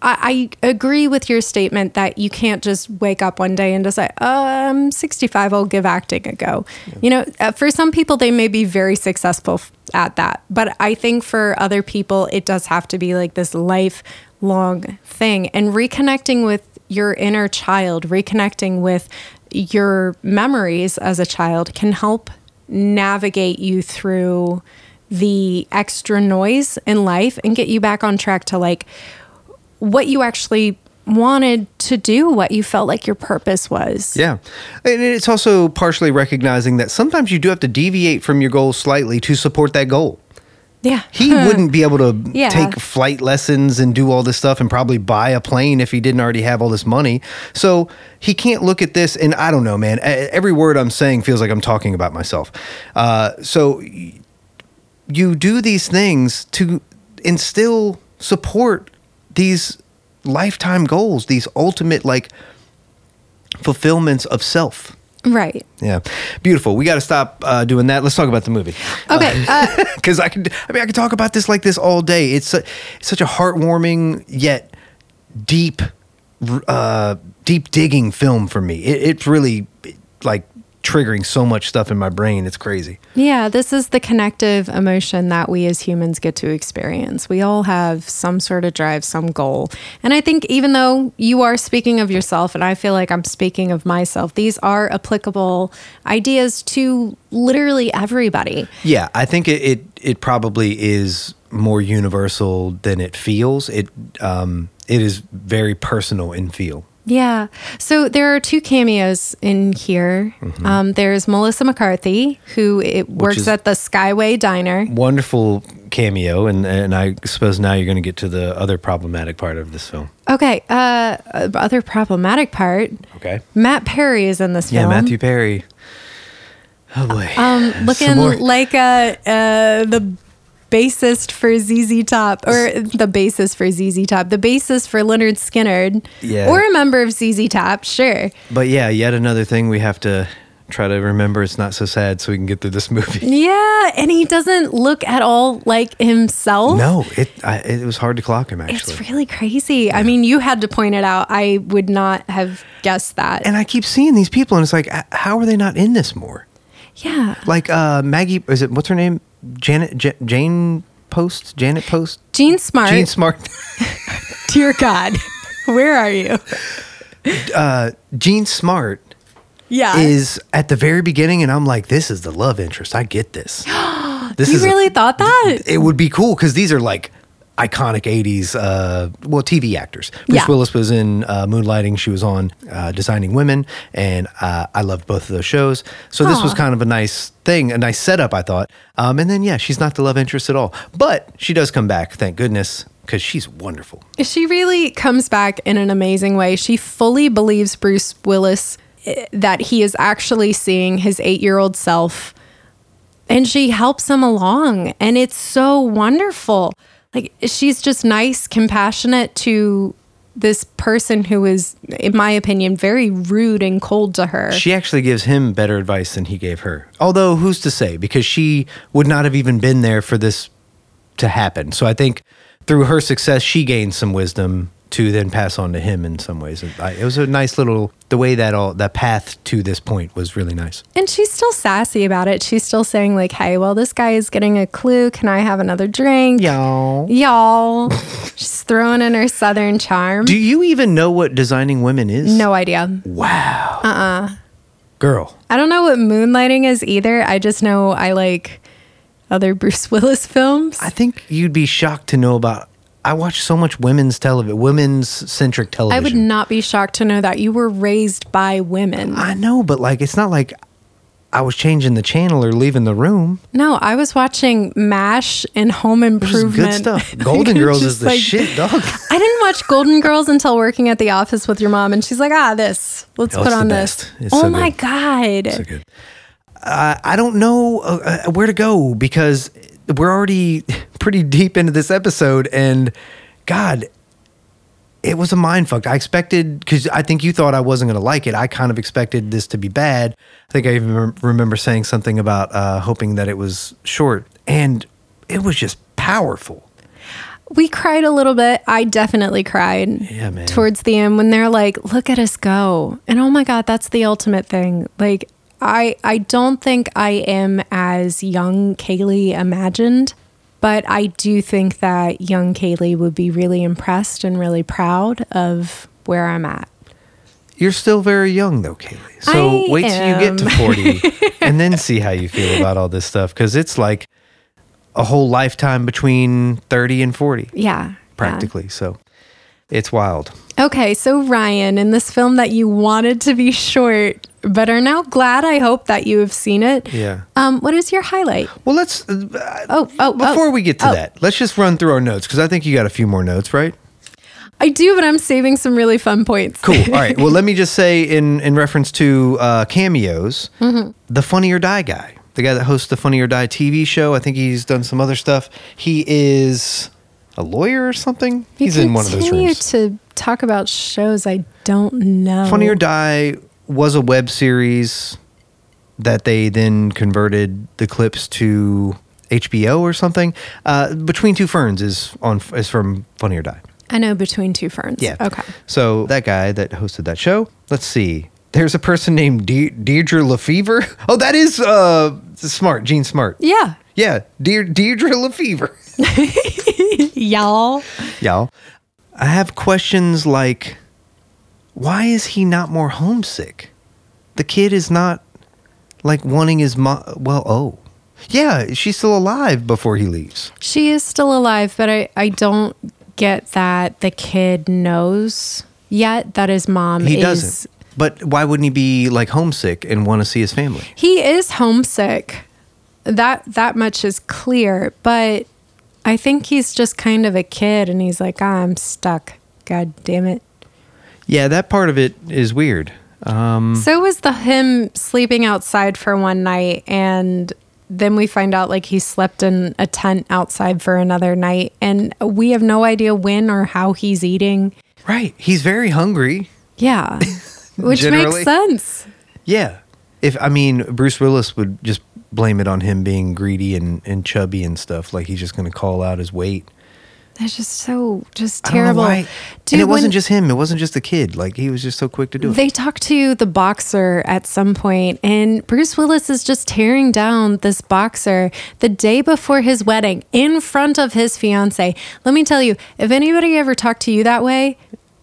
I, I agree with your statement that you can't just wake up one day and decide, oh, I'm 65, I'll give acting a go. You know, uh, for some people, they may be very successful f- at that. But I think for other people, it does have to be like this lifelong thing. And reconnecting with your inner child, reconnecting with your memories as a child can help navigate you through the extra noise in life and get you back on track to like, what you actually wanted to do, what you felt like your purpose was.
Yeah. And it's also partially recognizing that sometimes you do have to deviate from your goal slightly to support that goal.
Yeah.
He wouldn't be able to
Yeah.
take flight lessons and do all this stuff and probably buy a plane if he didn't already have all this money. So he can't look at this. And I don't know, man. E- Every word I'm saying feels like I'm talking about myself. Uh, so you do these things to instill support these lifetime goals, these ultimate like fulfillments of self.
Right.
Yeah, beautiful. We got to stop uh, doing that. Let's talk about the movie,
Okay. Uh,
because I could. I mean, I could talk about this like this all day. It's, su- it's such a heartwarming yet deep, r- uh, deep digging film for me. It, it's really like triggering so much stuff in my brain. It's crazy.
yeah. This is the connective emotion that we as humans get to experience. We all have some sort of drive, some goal. And I think even though you are speaking of yourself and I feel like I'm speaking of myself, these are applicable ideas to literally everybody.
Yeah, I think it it, it probably is more universal than it feels. It um it is very personal in feel.
Yeah. So there are two cameos in here. Um, there's Melissa McCarthy, who it works
Mm-hmm. is-
at the Skyway Diner.
Wonderful cameo, and and I suppose now you're going to get to the other problematic part of this film.
Okay. Uh, uh, other problematic part.
Okay.
Matt Perry is in this
Yeah,
film.
Matthew Perry. Oh boy.
Um, looking
Some more-
like uh, uh, the bassist for ZZ Top, or the bassist for ZZ Top, the bassist for Leonard Skinnerd,
Yeah.
or a member of ZZ Top, sure.
but yeah, yet another thing we have to try to remember. It's not so sad, so we can get through this movie.
Yeah, and he doesn't look at all like himself.
No, it I, it was hard to clock him actually.
It's really crazy. I mean, you had to point it out. I would not have guessed that.
and I keep seeing these people, and it's like, h- how are they not in this more?
yeah.
like uh Maggie is it what's her name Janet J- Jane Post Janet Post
Gene Smart,
Jane Smart
dear God, where are you?
Gene Smart
Yeah.
is at the very beginning and I'm like this is the love interest I get this this
you
is a-
really thought that?
it would be cool because these are like iconic 80s uh well TV actors Bruce
Yeah.
Willis was in uh, Moonlighting she was on uh, Designing Women and uh, I loved both of those shows so this was
Aw.
kind of a nice thing a nice setup I thought um and then yeah she's not the love interest at all but she does come back thank goodness because she's wonderful
She really comes back in an amazing way. She fully believes Bruce Willis eh, that he is actually seeing his eight year old self and she helps him along. And it's so wonderful. Like, she's just nice, compassionate to this person who is, in my opinion, very rude and cold to her.
She actually gives him better advice than he gave her. Although, who's to say? Because she would not have even been there for this to happen. So I think through her success, she gained some wisdom to then pass on to him in some ways. It, I, it was a nice little the way that all that path to this point was really nice.
And she's still sassy about it. She's still saying, like, hey, well, this guy is getting a clue. Can I have another drink?
Y'all.
Y'all. she's throwing in her southern charm.
Do you even know what designing women is?
no idea.
Wow. Uh uh Girl.
I don't know what moonlighting is either. I just know I like other Bruce Willis films.
I think you'd be shocked to know about. I watch so much women's television, women's centric
I
television.
would not be shocked to know that you were raised by women.
I know, but like, it's not like I was changing the channel or leaving the room.
No, I was watching MASH and Home
This is
Improvement.
good stuff. Golden Girls is
Just
the
like-
shit, dog.
I didn't watch Golden Girls until working at the office with your mom, and she's like, "Ah, this. Let's
Oh,
put
it's the
on
best.
this."
It's
Oh
so
my
good.
god!
So good. Uh, I don't know uh, uh, where to go because we're already pretty deep into this episode, and God, it was a mind fuck. I expected because I think you thought I wasn't going to like it. I kind of expected this to be bad. I think I even rem- remember saying something about uh, hoping that it was short, and it was just powerful.
We cried a little bit. I definitely cried.
Yeah, man.
Towards the end, when they're like, "Look at us go!" and oh my god, that's the ultimate thing. Like, I I don't think I am as young Kaylee imagined, but I do think that young Kaylee would be really impressed and really proud of where I'm at.
You're still very young, though, Kaylee. So
I
wait till you get to 40 and then see how you feel about all this stuff because it's like a whole lifetime between 30 and 40,
Yeah. yeah.
practically. So it's wild.
Okay, so Ryan, in this film that you wanted to be short, but are now glad, I hope, that you have seen it.
Yeah.
Um, what is your highlight?
Well, let's, uh,
Oh, oh,
before
oh,
we get to
oh.
that, let's just run through our notes because I think you got a few more notes, right?
I do, but I'm saving some really fun points.
Cool. All right. Well, let me just say in, in reference to uh, cameos, the Funny or Die guy, the guy that hosts the Funny or Die TV show. I think he's done some other stuff. He is a lawyer or something.
You
he's in one of those
continue
rooms.
to talk about shows I don't know.
Funny or Die was a web series that they then converted the clips to HBO or something. Uh, Between Two Ferns is on is from Funny or Die.
I know Between Two Ferns.
Yeah.
Okay.
So that guy that hosted that show. Let's see. There's a person named De- Deirdre Lefevre. Oh, that is uh, Smart, Gene Smart.
Yeah.
Yeah, Deir- Deirdre Lefevre.
Y'all.
Y'all, I have questions like, why is he not more homesick? The kid is not like wanting his mom. Well, oh, yeah, she's still alive before he leaves.
She is still alive, but I, I don't get that the kid knows yet that his mom
He
is
doesn't. But why wouldn't he be like homesick and want to see his family?
He is homesick. That that much is clear, but I think he's just kind of a kid and he's like, ah, "I'm stuck. God damn it."
Yeah, that part of it is weird.
So was the him sleeping outside for one night and then we find out like he slept in a tent outside for another night and we have no idea when or how he's eating.
Right. He's very hungry.
Yeah. Which
Generally.
makes sense.
Yeah. If I mean Bruce Willis would just blame it on him being greedy and, and chubby and stuff, like he's just gonna call out his weight.
That's just so just
I don't know
terrible.
why- and it
when-
wasn't just him, it wasn't just the kid. Like he was just so quick to do it.
They talk to the boxer at some point, and Bruce Willis is just tearing down this boxer the day before his wedding in front of his fiance. Let me tell you, if anybody ever talked to you that way,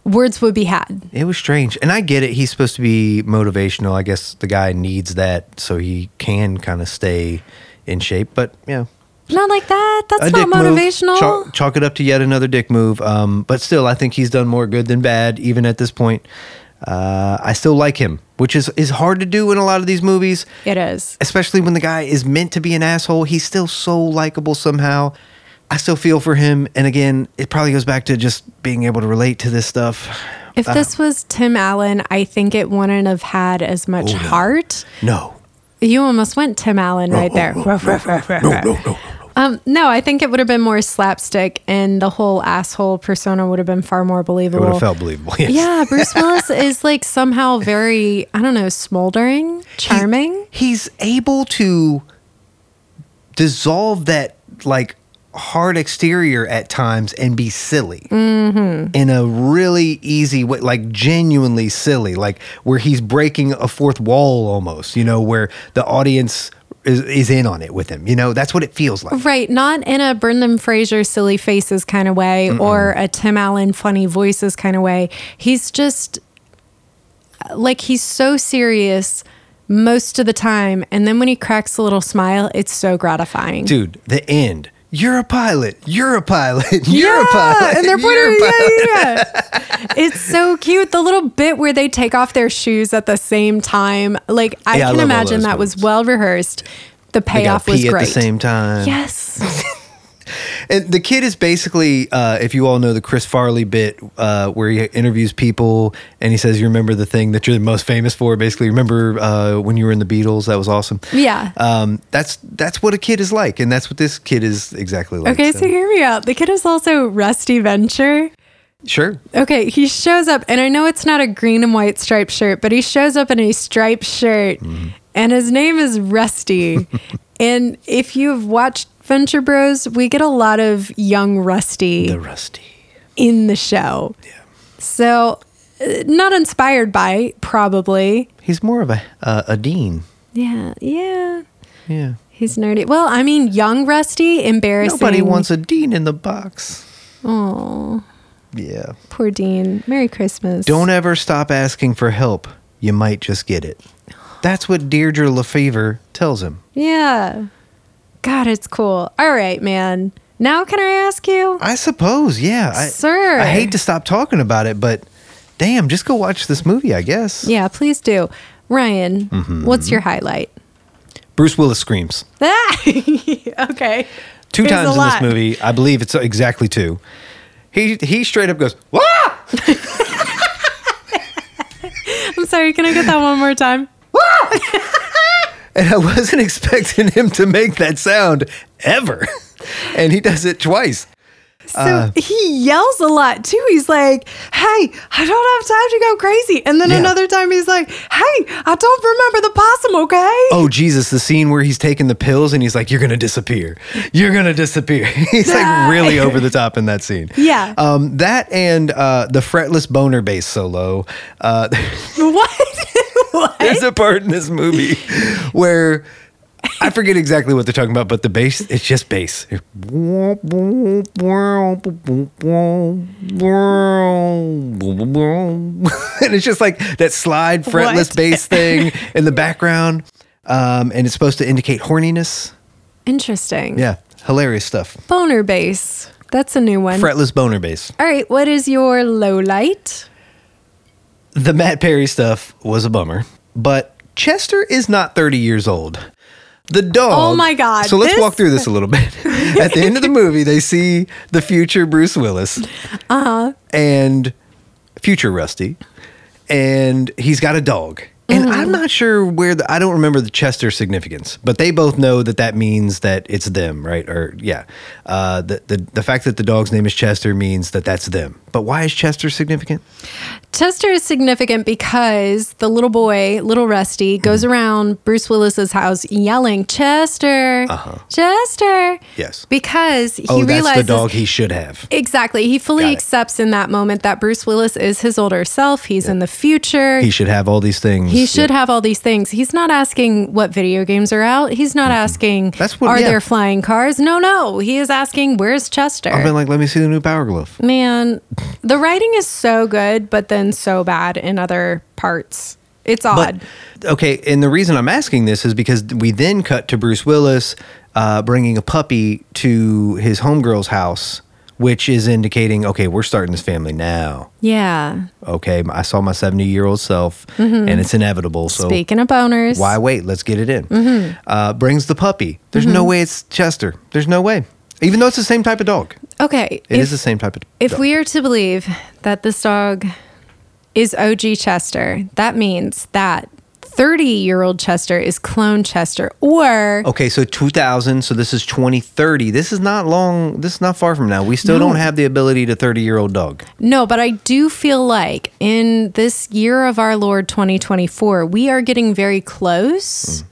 words would be had.
it was strange. And I get it, he's supposed to be motivational. I guess the guy needs that so he can kind of stay in shape. But yeah.
Not like that. That's not
move.
motivational.
Chalk, chalk it up to yet another dick move. Um, but still, I think he's done more good than bad, even at this point. Uh, I still like him, which is, is hard to do in a lot of these movies,
It is.
especially when the guy is meant to be an asshole. He's still so likable somehow. I still feel for him. And again, it probably goes back to just being able to relate to this stuff.
If this was Tim Allen, I think it wouldn't have had as much
Oh, no. Oh,
heart.
No.
You almost went Tim Allen right there.
oh, No, no, no.
Um, no, I think it would have been more slapstick, and the whole asshole persona would have been far more
It
believable.
would have felt believable. Yes.
Yeah, Bruce Willis is like somehow very, I don't know, smoldering, charming.
He's able to dissolve that like hard exterior at times and be silly
Mm-hmm.
in a really easy way, like genuinely silly, like where he's breaking a fourth wall almost, you know, where the audience is, is in on it with him. You know, that's what it feels like.
Right, not in a Brendan Fraser silly faces kind of way or a Tim Allen funny voices kind of way. He's just like he's so serious most of the time and then when he cracks a little smile, it's so gratifying.
Dude, the end. You're a pilot. You're a pilot. You're a
Yeah,
pilot.
and they're
You're a
pointing. Yeah,
pilot.
yeah, yeah. it's so cute. The little bit where they take off their shoes at the same time. Like I
Yeah, I
can
love all
imagine
those
that was
moments.
well rehearsed. The
They gotta
payoff was
pee
great.
at the same time.
Yes.
And the kid is basically, uh, if you all know the Chris Farley bit uh, where he interviews people and he says, You remember the thing that you're the most famous for? Basically, remember uh, when you were in the Beatles? That was awesome.
Yeah.
Um, that's that's what a kid is like. And that's what this kid is exactly like.
Okay, so hear me out. The kid is also Rusty Venture.
Sure.
Okay, he shows up, and I know it's not a green and white striped shirt, but he shows up in a striped shirt,
Mm-hmm.
and his name is Rusty. and if you've watched Venture Bros, we get a lot of young Rusty
The Rusty.
in the show. Yeah. So, uh, not inspired by, probably.
He's more of a, uh, a dean.
Yeah, yeah.
Yeah.
He's nerdy. Well, I mean, young Rusty, embarrassing.
Nobody wants a dean in the box.
Oh,
Yeah.
poor Dean. Merry Christmas.
Don't ever stop asking for help. You might just get it. That's what Deirdre Lefevre tells him.
Yeah. God, it's cool. All right, man. Now can I ask you?
I suppose, yeah. I,
Sir.
I hate to stop talking about it, but damn, just go watch this movie, I guess.
Yeah, please do. Ryan, what's your highlight?
Bruce Willis screams.
Ah! okay.
Two
There's a
times in this
lot.
movie. I believe it's exactly two. He he straight up goes, Wah!
I'm sorry, can I get that one more time?
And I wasn't expecting him to make that sound ever. And he does it twice.
So
Uh,
he yells a lot too. He's like, hey, I don't have time to go crazy. And then
Yeah.
another time he's like, hey, I don't remember the possum, okay?
Oh Jesus, the scene where he's taking the pills and he's like, You're gonna disappear. You're gonna disappear. he's like really over the top in that scene.
Yeah.
Um, that and uh, the fretless boner bass solo. Uh,
What? what?
There's a part in this movie where I forget exactly what they're talking about, but the bass, it's just bass. And it's just like that slide fretless
What?
bass thing in the background. Um, and it's supposed to indicate horniness.
Interesting.
Yeah, hilarious stuff.
Boner bass. That's a new one.
Fretless boner bass.
All right, what is your low light?
The Matt Perry stuff was a bummer, but Chester is not 30 years old. The dog.
Oh my God,
So let's
this-
walk through this a little bit. At the end of the movie, they see the future Bruce Willis
Uh-huh.
and future Rusty, and he's got a dog.
Mm-hmm.
And I'm not sure where the, I don't remember the Chester significance, but they both know that that means that it's them, right? Or yeah, uh, the, the the fact that the dog's name is Chester means that that's them. But why is Chester significant?
Chester is significant because the little boy, little Rusty,
Mm-hmm.
goes around Bruce Willis's house yelling, Chester, Chester.
Uh-huh. Yes.
Because he
oh,
realizes.
that's the dog he should have.
Exactly. He fully
Got it.
accepts in that moment that Bruce Willis is his older self. He's in the future.
He should have all these things.
He should
Yeah.
have all these things. He's not asking what video games are out. He's not asking,
Mm-hmm. That's what-
are
yeah.
there flying cars? No, no. He is asking, where's Chester?
I've been like, let me see the new Power Glove.
Man, the writing is so good, but then so bad in other parts. It's odd.
But okay, and the reason I'm asking this is because we then cut to Bruce Willis uh, bringing a puppy to his homegirl's house, which is indicating, okay, we're starting this family now.
yeah.
Okay, I saw my 70 year old self,
Mm-hmm.
and it's inevitable. So
Speaking of boners,
why wait? Let's get it in.
Mm-hmm.
Uh, brings the puppy. There's no way it's Chester. There's no way. Even though it's the same type of dog,
okay.
It is
if,
the same type of.
if
dog.
we are to believe that this dog is OG Chester, that means that 30 year old Chester is clone Chester, or
Okay, so 2000, so this is 2030. This is not long, this is not far from now. We still don't have the ability to 30 year old dog.
no, but I do feel like in this year of our Lord 2024, we are getting very close.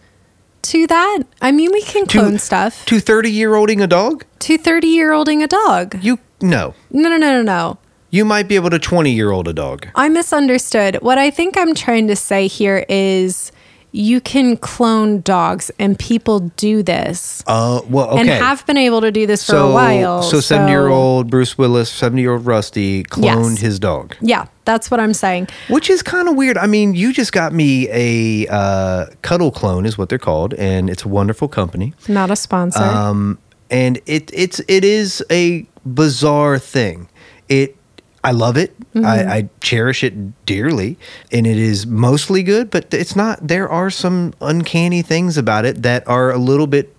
to that. I mean, we can
To-
clone stuff.
To 30 year olding a dog?
To 30 year olding a dog.
You, no.
No, no, no, no, no.
You might be able to 20 year old a dog.
I misunderstood. What I think I'm trying to say here is you can clone dogs, and people do this
Uh, well, okay.
and have been able to do this for a while.
So, 70 year old Bruce Willis, 70 year old Rusty cloned
Yes.
his dog,
Yeah, that's what I'm saying.
which is kind of weird. I mean, you just got me a uh, cuddle clone, is what they're called, and it's a wonderful company.
Not a sponsor.
Um, and it it's it is a bizarre thing. It I love it.
Mm-hmm.
I, I cherish it dearly, and it is mostly good. But it's not. There are some uncanny things about it that are a little bit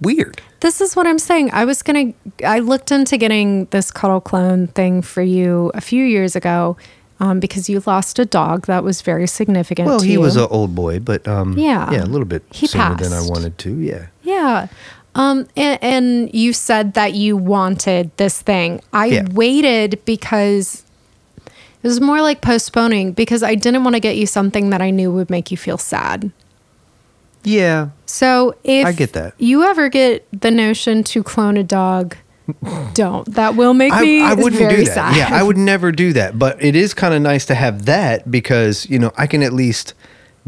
weird.
This is what I'm saying. I was going to, I looked into getting this cuddle clone thing for you a few years ago um, because you lost a dog that was very significant.
Well,
to
he
you.
was an old boy, but um,
Yeah.
yeah, a little bit
He
sooner than I
passed.
wanted to. Yeah,
Yeah. Um, and, and you said that you wanted this thing. I
Yeah.
waited because it was more like postponing because I didn't want to get you something that I knew would make you feel sad.
yeah.
So if
I get that.
you ever get the notion to clone a dog, don't. That will make me
I, I wouldn't
very
do that.
sad.
Yeah, I would never do that. But it is kind of nice to have that because you know I can at least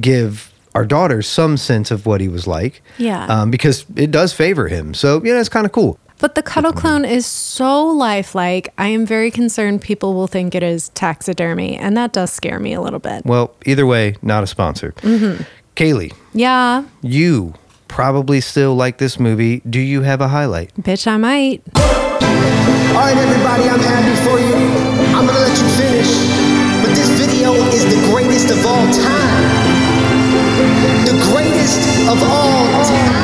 give our daughter some sense of what he was like.
Yeah.
Um, because it does favor him, so yeah, it's kind of cool.
But the cuddle clone is so lifelike. I am very concerned people will think it is taxidermy, and that does scare me a little bit.
Well, either way, not a sponsor.
Mm-hmm.
Kaylee,
Yeah,
you probably still like this movie. Do you have a highlight?
bitch, I might.
All right, everybody, I'm happy for you. I'm gonna let you finish. But this video is the greatest of all time. The greatest of all time.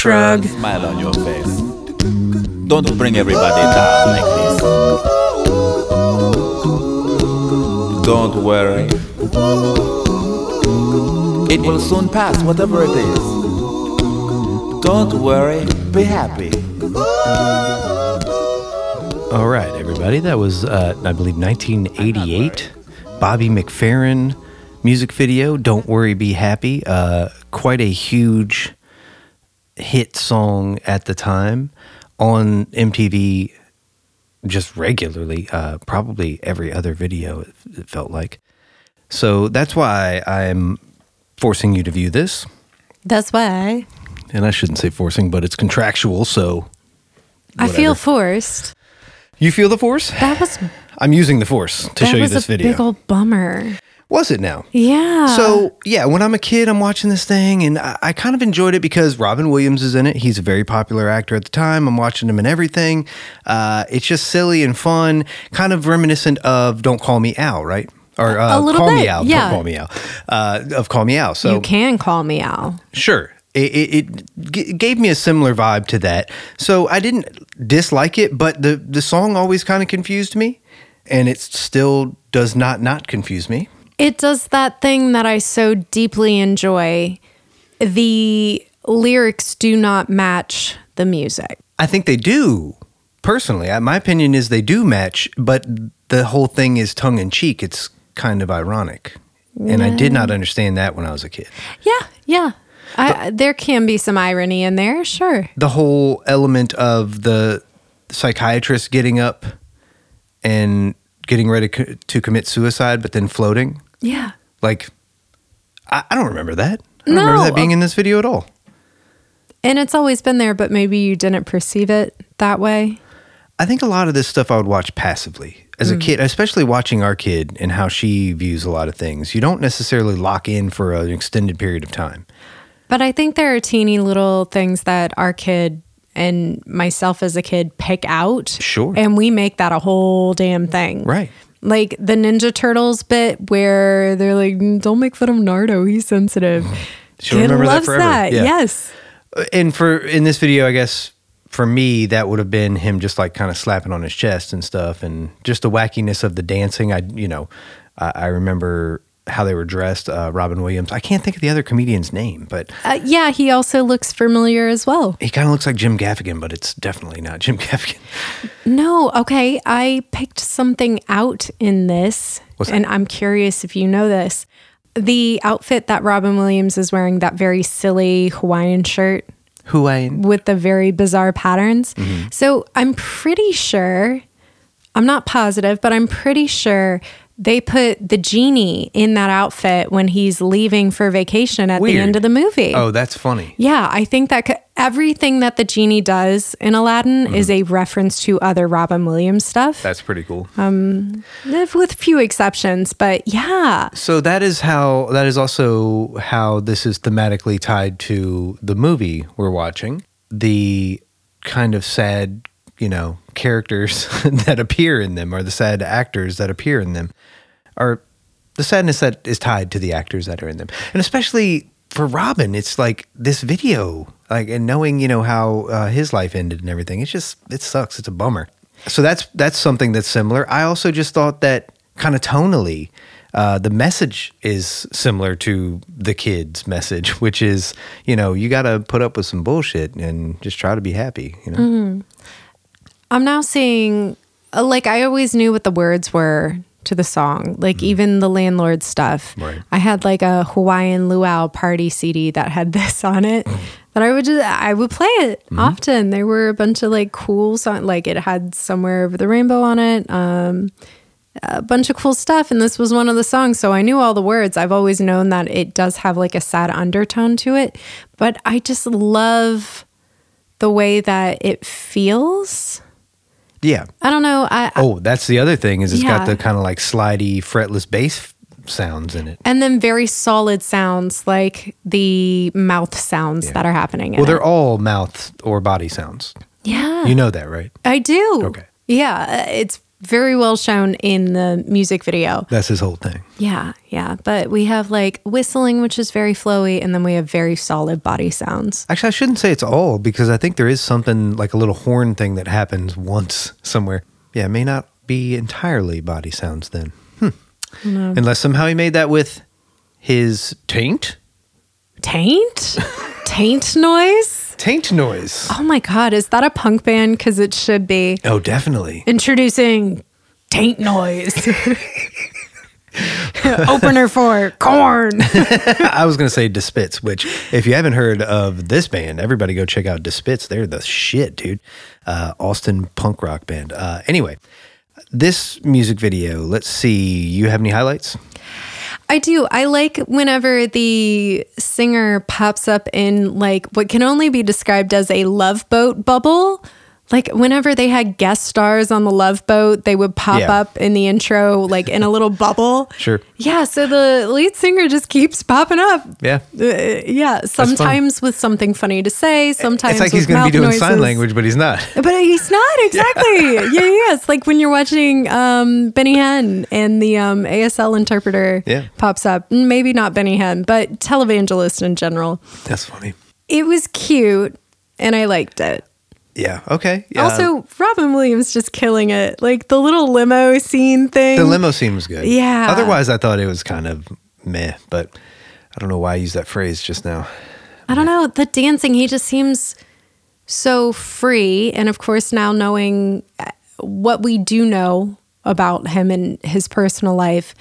Shrug. Smile on your face. Don't bring everybody down like this. Don't worry. It will soon pass, whatever it is. Don't worry, be happy.
All right, everybody. That was, uh, I believe, 1988. Bobby McFerrin music video, Don't Worry, Be Happy. Uh, quite a huge hit song at the time on MTV just regularly, uh, probably every other video, it, it felt like. So that's why I'm forcing you to view this.
That's why
And I shouldn't say forcing, but it's contractual. So
I feel forced.
you feel the force?
That was
I'm using the force to
that
show you
was
this
a
video.
big Ah. old bummer.
was it now?
Yeah.
So yeah, when I'm a kid, I'm watching this thing, and I, I kind of enjoyed it because Robin Williams is in it. He's a very popular actor at the time. I'm watching him in everything. Uh, it's just silly and fun, kind of reminiscent of "Don't Call Me Al," right? Or uh,
A little
"Call Me
bit,
Al,"
yeah.
"Don't Call Me Al," uh, of "Call Me Al." So
you can call me Al.
sure it, it, it g- gave me a similar vibe to that so i didn't dislike it but the, the song always kind of confused me and it still does not not confuse me
It does that thing that I so deeply enjoy. The lyrics do not match the music.
i think they do personally I, my opinion is they do match but the whole thing is tongue-in-cheek it's kind of ironic and i did not understand that when i was a kid
Yeah, yeah. I, there can be some irony in there, sure.
the whole element of the psychiatrist getting up and getting ready co- to commit suicide but then floating
Yeah.
Like, I, I don't remember that. I don't
No.
remember that being in this video at all.
And it's always been there, but maybe you didn't perceive it that way.
I think a lot of this stuff I would watch passively as a kid, especially watching our kid and how she views a lot of things. You don't necessarily lock in for an extended period of time.
But I think there are teeny little things that our kid and myself as a kid pick out.
Sure.
And we make that a whole damn thing.
Right.
Like the Ninja Turtles bit where they're like, "Mm, don't make fun of Nardo, he's sensitive.
She'll
Kid
remember that
loves
forever. Yeah.
Yes.
Uh, And for in this video, I guess for me that would have been him just like kind of slapping on his chest and stuff, and just the wackiness of the dancing. I you know, I, I remember how they were dressed. Uh, Robin Williams. I can't think of the other comedian's name, but
Uh, yeah, he also looks familiar as well.
he kind of looks like Jim Gaffigan, but it's definitely not Jim Gaffigan.
No, okay. I picked something out in this,
What's that?
and I'm curious if you know this. the outfit that Robin Williams is wearing, that very silly Hawaiian shirt
Who I
with the very bizarre patterns.
Mm-hmm.
So I'm pretty sure, I'm not positive, but I'm pretty sure they put the genie in that outfit when he's leaving for vacation at the
Weird.
end of the movie.
Oh, that's funny.
Yeah, I think that c everything that the genie does in Aladdin
Mm-hmm.
is a reference to other Robin Williams stuff,
That's pretty cool.
with- with few exceptions. But yeah,
So that is how that is also how this is thematically tied to the movie we're watching. The kind of sad, you know, characters that appear in them or the sad actors that appear in them are the sadness that is tied to the actors that are in them. And especially for Robin, it's like this video, like and knowing, you know, how uh, his life ended and everything. It's just it sucks. It's a bummer. So that's that's something that's similar. I also just thought that kind of tonally, uh, the message is similar to the kid's message, which is, you know, you got to put up with some bullshit and just try to be happy, you know.
I'm now seeing, uh, like, I always knew what the words were to the song, like, even the landlord stuff.
Right.
I had like a Hawaiian luau party CD that had this on it. That I would just I would play it often. There were a bunch of like cool song like it had somewhere over the rainbow on it. Um, a bunch of cool stuff, and this was one of the songs, so I knew all the words. I've always known that it does have like a sad undertone to it, but I just love the way that it feels.
Yeah.
I don't know. I, I-
Oh, that's the other thing is it's got
Yeah.
the kind of like slidey fretless bass f- sounds in it.
and then very solid sounds like the mouth sounds that are happening. in
Well, they're
it.
all mouth or body sounds.
yeah.
You know that, right?
I do.
Okay.
Yeah, uh, it's very well shown in the music video.
That's his whole thing.
Yeah, yeah. But we have like whistling, which is very flowy, and then we have very solid body sounds.
Actually, I shouldn't say it's all because I think there is something like a little horn thing that happens once somewhere. Yeah, it may not be entirely body sounds then. Hmm. Unless somehow he made that with his taint?
Taint? Taint noise?
Taint noise.
Oh my God, is that a punk band? Because it should be.
Oh, definitely.
Introducing Taint Noise. Opener for Corn.
I was going to say Despits, which, if you haven't heard of this band, everybody go check out Despits. They're the shit, dude. Uh, Austin punk rock band. Uh, anyway, this music video, let's see. You have any highlights?
I do. I like whenever the singer pops up in like what can only be described as a love boat bubble. Like whenever they had guest stars on the love boat, they would pop
Yeah.
up in the intro like in a little bubble.
Sure.
Yeah, so the lead singer just keeps popping up.
Yeah.
Uh, yeah, sometimes with something funny to say, sometimes
It's like he's
with
going
mouth
to be doing
noises.
sign language, but he's not.
But he's not exactly. yeah, yeah. It's like when you're watching um, Benny Hinn and the um, ASL interpreter
Yeah.
pops up. Maybe not Benny Hinn, but televangelist in general.
That's funny.
It was cute, and I liked it.
Yeah. Okay. Yeah.
Also, Robin Williams just killing it. Like the little limo scene thing.
the limo scene was good.
Yeah.
Otherwise, I thought it was kind of meh, but I don't know why I used that phrase just now.
I don't know. The dancing, he just seems so free. And of course, now knowing uh, what we do know about him and his personal life,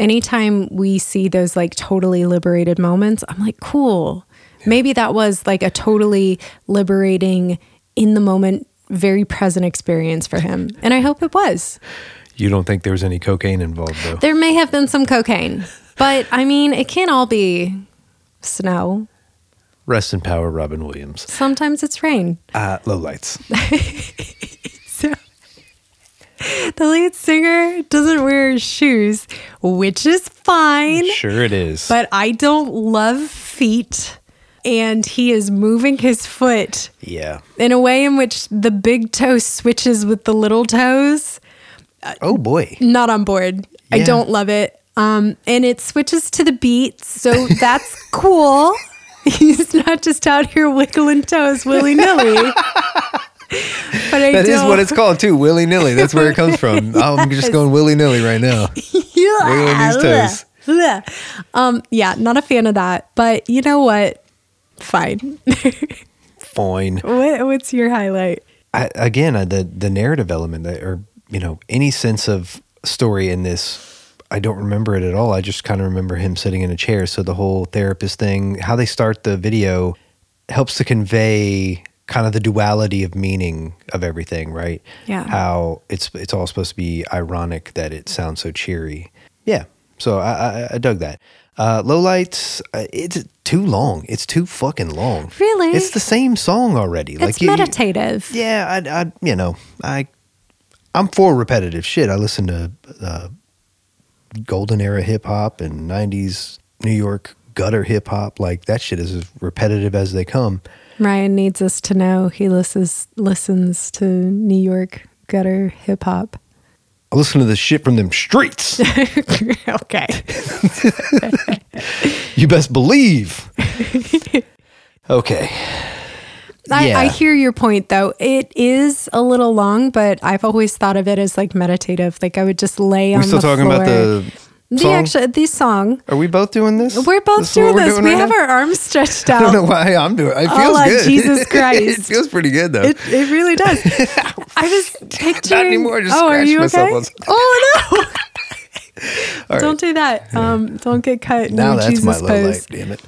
anytime we see those like totally liberated moments, I'm like, cool. Maybe that was like a totally liberating, in the moment, very present experience for him. And I hope it was.
You don't think there was any cocaine involved, though?
There may have been some cocaine, but I mean, it can't all be snow.
Rest in power, Robin Williams.
Sometimes it's rain.
Uh, low lights.
The lead singer doesn't wear shoes, which is fine,
sure, it is.
but I don't love feet. And he is moving his foot
yeah.
in a way in which the big toe switches with the little toes.
Oh boy.
Not on board. I
Yeah.
don't love it. Um, and it switches to the beat, so that's cool. He's not just out here wiggling toes willy nilly. but I
That is
don't-
what it's called too, willy nilly. That's where it comes from. I'm just going willy nilly right now. Wiggling these toes.
Um, yeah, not a fan of that. But you know what? Fine.
Fine.
what, what's your highlight?
I, again, I, the the narrative element that, or you know, any sense of story in this I don't remember it at all. I just kind of remember him sitting in a chair. So the whole therapist thing, how they start the video, helps to convey kind of the duality of meaning of everything, right?
Yeah.
How it's it's all supposed to be ironic that it sounds so cheery. Yeah. So I I, I dug that. Uh, low lights. Uh, it's too long. It's too fucking long.
Really?
It's the same song already.
It's meditative.
Yeah, I, I, you know, I, I'm for repetitive shit. I listen to uh, golden era hip hop and '90s New York gutter hip hop. Like that shit is as repetitive as they come.
Ryan needs us to know he listens listens to New York gutter hip hop.
I listen to the shit from them streets.
okay.
you best believe. okay.
I, I
Yeah.
hear your point though. It is a little long, but I've always thought of it as like meditative. Like I would just lay on
We're still
the
talking
floor.
about the
the
song?
actual the song.
Are we both doing this?
We're both
This is what
doing
we're
this. we
right
have
now?
our arms stretched
I
out.
don't know why I'm doing. It feels
Allah,
good.
Jesus Christ.
it feels pretty good though.
It, it really does. I was picturing.
anymore, I just
oh, are
scratched
you
myself
okay?
on-
Oh no!
All right.
Don't do that. Um, don't get cut. in
now
your
that's
Jesus
my low
pose.
light. Damn it.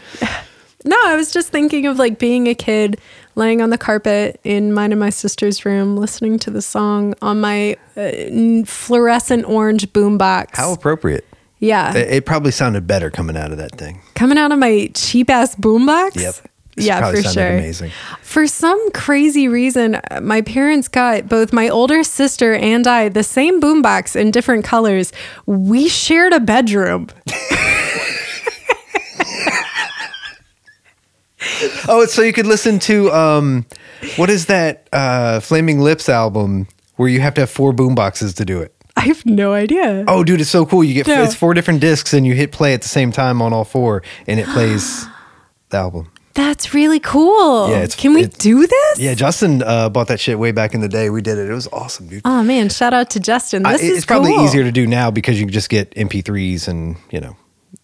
No, I was just thinking of like being a kid laying on the carpet in mine and my sister's room, listening to the song on my uh, n- fluorescent orange boombox.
How appropriate.
Yeah,
It, it probably sounded better coming out of that thing.
coming out of my cheap ass boombox.
Yep. This
Yeah,
probably
for
sounded
sure.
amazing.
For some crazy reason, uh, my parents got both my older sister and I the same boombox in different colors. We shared a bedroom.
Oh, it's so you could listen to um, what is that uh, Flaming Lips album where you have to have four boom boxes to do it.
I have no idea.
Oh, dude, it's so cool. You get
No.
it's four different discs and you hit play at the same time on all four, and it plays the album.
That's really cool.
Yeah, it's-
Can we
it's-
do this?
Yeah, Justin uh, bought that shit way back in the day. We did it. It was awesome, dude.
Oh man, shout out to Justin.
I-
This is
it's probably
cool.
easier to do now because you can just get MP3s and you know.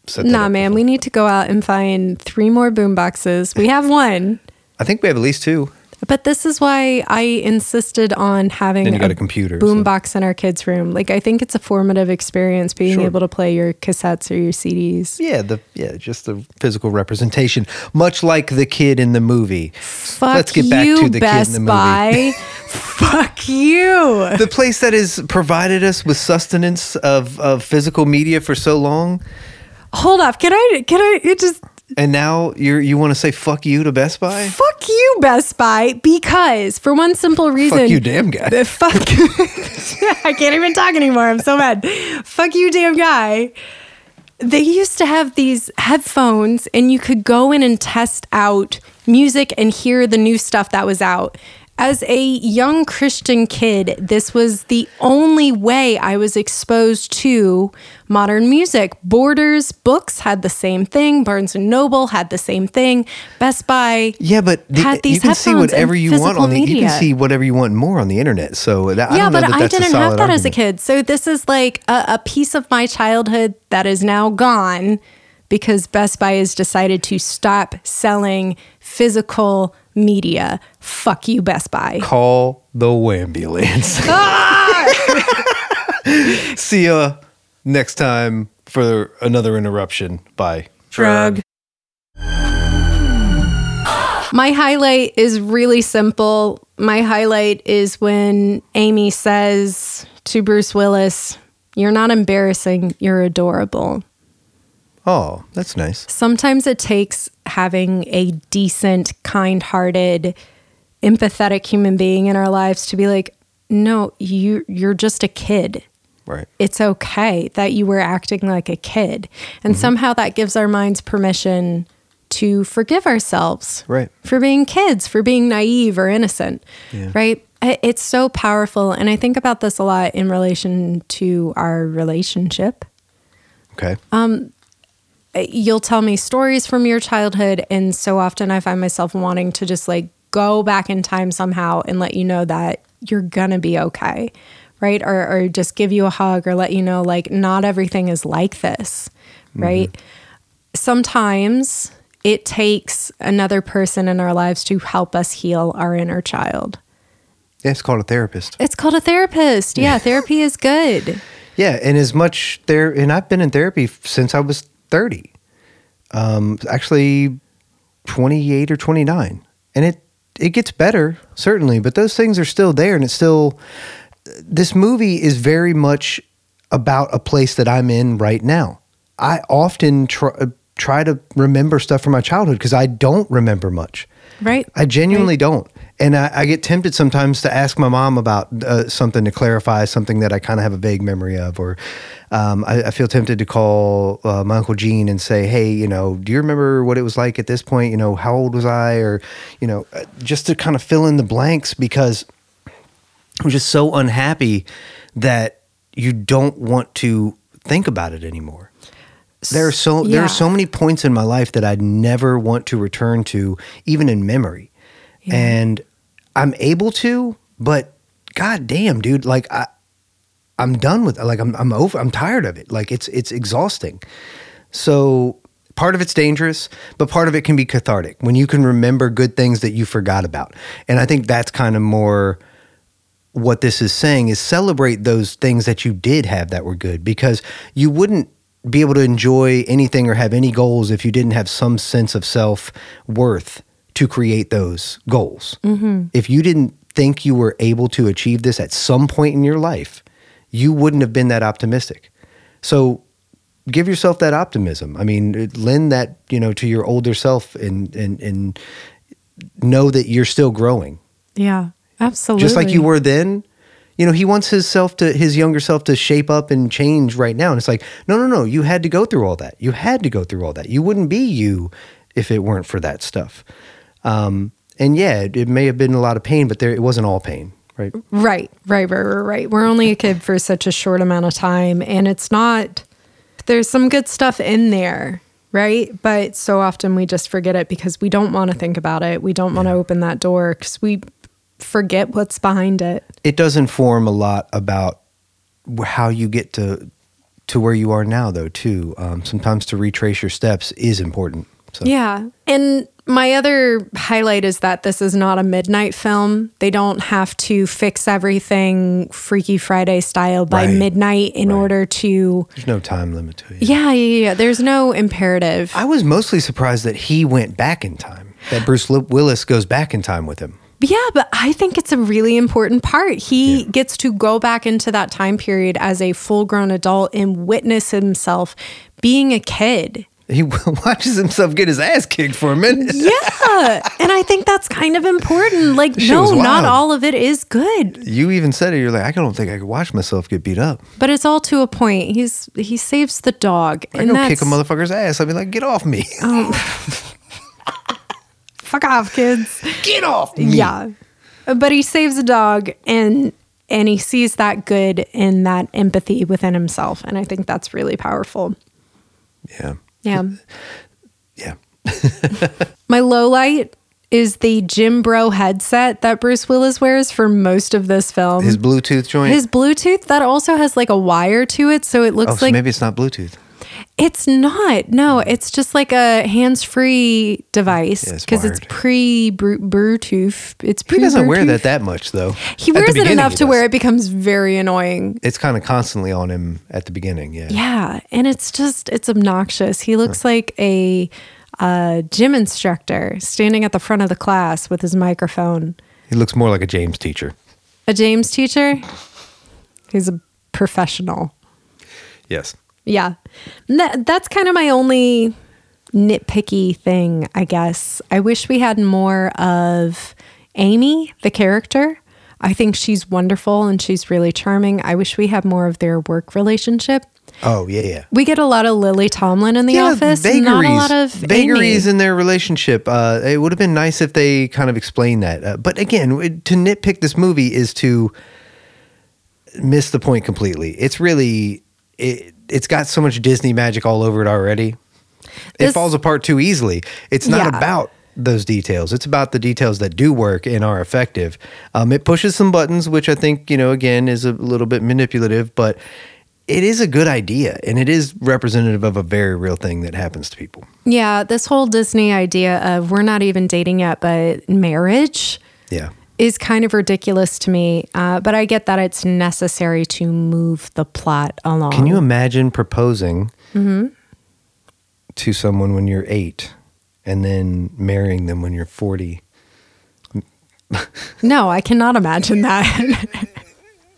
set that
Nah,
up
man,
before.
we need to go out and find three more boom boxes. We have one,
I think we have at least two.
but this is why I insisted on having
Then you got a computer,
boom
so-
box in our kids' room. Like I think it's a formative experience being
Sure.
able to play your cassettes or your CDs.
Yeah, the yeah, just the physical representation, much like the kid in the movie.
Fuck
Let's get back
you,
to the kid in
Best
the movie.
Buy. Fuck you.
the place that has provided us with sustenance of, of physical media for so long,
Hold off. Can I? Can I? It just.
and now you're you want to say fuck you to Best Buy?
Fuck you, Best Buy, because for one simple reason.
Fuck you, damn guy.
The fuck. I can't even talk anymore. I'm so mad. Fuck you, damn guy. They used to have these headphones, and you could go in and test out music and hear the new stuff that was out. As a young Christian kid, this was the only way I was exposed to modern music. Borders, books had the same thing. Barnes and Noble had the same thing. Best Buy.
Yeah, but the-
Had these
you can see
headphones and
whatever you want
physical
on the you
media.
can see whatever you want more on the internet. So that, I
yeah,
don't know
but
that
I
that's a
didn't
solid
have that as a
argument.
kid. So this is like a, a piece of my childhood that is now gone because Best Buy has decided to stop selling physical media. Fuck you, Best Buy.
Call the ambulance. see ya next time for another interruption. Bye.
Drug. My highlight is really simple. My highlight is when Amy says to Bruce Willis, You're not embarrassing, you're adorable.
Oh, that's nice.
sometimes it takes having a decent, kind hearted, empathetic human being in our lives to be like, no, you you're just a kid.
Right.
It's okay that you were acting like a kid.
Mm-hmm.
And somehow that gives our minds permission to forgive ourselves
Right.
for being kids, for being naive or innocent,
Yeah.
right? I- It's so powerful. And I think about this a lot in relation to our relationship
Okay.
uh, you'll tell me stories from your childhood and so often i find myself wanting to just like go back in time somehow and let you know that you're gonna be okay right or, or just give you a hug or let you know like not everything is like this
Mm-hmm.
right sometimes it takes another person in our lives to help us heal our inner child
yeah, it's called a therapist.
it's called a therapist yeah therapy is good
Yeah, and as much there, and I've been in therapy f- since I was thirty. Um, actually, twenty eight or twenty nine, and it it gets better certainly, but those things are still there, and it's still. This movie is very much about a place that I'm in right now. I often try, try to remember stuff from my childhood because I don't remember much.
Right.
I genuinely don't. And I, I get tempted sometimes to ask my mom about uh, something to clarify something that I kind of have a vague memory of, or um, I, I feel tempted to call uh, my uncle Gene and say, "Hey, you know, do you remember what it was like at this point? You know, how old was I?" Or, you know, uh, just to kind of fill in the blanks because I'm just so unhappy that you don't want to think about it anymore. There are so there
yeah.
are so many points in my life that I never want to return to, even in memory. And I'm able to, but god damn, dude, like I I'm done with like I'm I'm over I'm tired of it. Like it's it's exhausting. So part of it's dangerous, but part of it can be cathartic when you can remember good things that you forgot about. And I think that's kind of more what this is saying is celebrate those things that you did have that were good because you wouldn't be able to enjoy anything or have any goals if you didn't have some sense of self worth to create those goals. If you didn't think you were able to achieve this at some point in your life, you wouldn't have been that optimistic. So give yourself that optimism. I mean, it- lend that, you know, to your older self and and and know that you're still growing
Yeah. Absolutely.
just like you were then. You know, he wants his self to his younger self to shape up and change right now. And it's like, no, no, no, you had to go through all that. You had to go through all that. You wouldn't be you if it weren't for that stuff. Um, and yeah, it, it may have been a lot of pain, but there it wasn't all pain, right?
Right, right, right, right, right. We're only a kid for such a short amount of time, and it's not, there's some good stuff in there, right? But so often we just forget it because we don't want to think about it. We don't want to open that door because we forget what's behind it.
It does inform a lot about wh- how you get to to where you are now, though. Too um, sometimes to retrace your steps is important. So
Yeah. And my other highlight is that this is not a midnight film. They don't have to fix everything Freaky Friday style by
Right,
midnight in
right.
order to.
there's no time limit to it.
Yeah, yeah, yeah. There's no imperative.
I was mostly surprised that he went back in time. That Bruce Lip- Willis goes back in time with him.
Yeah, but I think it's a really important part. He gets to go back into that time period as a full grown adult and witness himself being a kid.
He watches himself get his ass kicked for a minute.
Yeah. and I think that's kind of important. Like,
shit
no,
was
not
wild.
all of it is good,
You even said it. You're like, I don't think I could watch myself get beat up.
but it's all to a point. He's he saves the dog.
I go kick a motherfucker's ass. I'd be like, get off me.
Oh. fuck off, kids.
get off me.
Yeah. But he saves a dog and and he sees that good and that empathy within himself. And I think that's really powerful.
Yeah.
Yeah.
Yeah.
My low light is the Jim Bro headset that Bruce Willis wears for most of this film.
His
His,
Bluetooth joint.
Bluetooth that also has like a wire to it, so it looks
oh, so
like
maybe it's not Bluetooth.
it's not. No, it's just like a hands-free device
Yeah, it's
because it's,
wired.
pre Bluetooth. It's pre.
He doesn't wear that that much though.
He
At the
wears it
beginning,
enough
he
to where
does.
it becomes very annoying.
It's kind of constantly on him at the beginning. Yeah.
Yeah, and it's just it's obnoxious. He looks like a uh, gym instructor standing at the front of the class with his microphone.
He looks more like a James teacher.
A James teacher? He's a professional.
Yes.
Yeah. And That, that's kind of my only nitpicky thing, I guess. I wish we had more of Amy, the character. I think she's wonderful and she's really charming. I wish we had more of their work relationship.
Oh yeah. Yeah.
We get a lot of Lily Tomlin in the office, not a lot of
vagaries
Amy.
in their relationship. Uh, it would have been nice if they kind of explained that. Uh, but again, it- to nitpick this movie is to miss the point completely. It's really it, it's got so much Disney magic all over it already.
This-
it falls apart too easily. It's not
Yeah.
about those details. It's about the details that do work and are effective. Um, it pushes some buttons, which I think you know again is a little bit manipulative, but it is a good idea and it is representative of a very real thing that happens to people.
yeah, this whole Disney idea of we're not even dating yet, but marriage.
Yeah.
is kind of ridiculous to me, uh, but I get that it's necessary to move the plot along.
Can you imagine proposing to someone when you're eight and then marrying them when you're 40?
No, I cannot imagine that.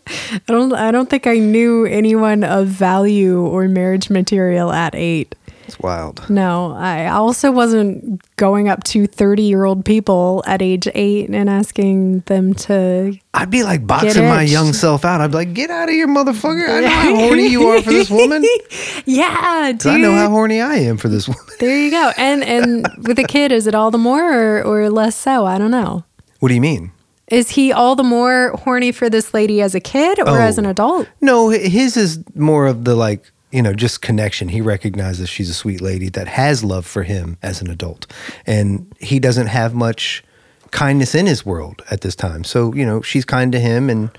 I don't. I don't think I knew anyone of value or marriage material at eight.
It's wild.
No, I also wasn't going up to thirty-year-old people at age eight and asking them to.
I'd be like boxing my
itched.
young self out. I'd be like, get out of here, motherfucker. I know how horny you are for this woman. 'cause
Yeah, dude.
I know how horny I am for this woman.
there you go. And and with a kid, is it all the more or, or less so? I don't know.
What do you mean?
Is he all the more horny for this lady as a kid or
Oh.
as an adult?
No, h- his is more of the like, you know, just connection. He recognizes she's a sweet lady that has love for him as an adult. And he doesn't have much kindness in his world at this time. So, you know, she's kind to him and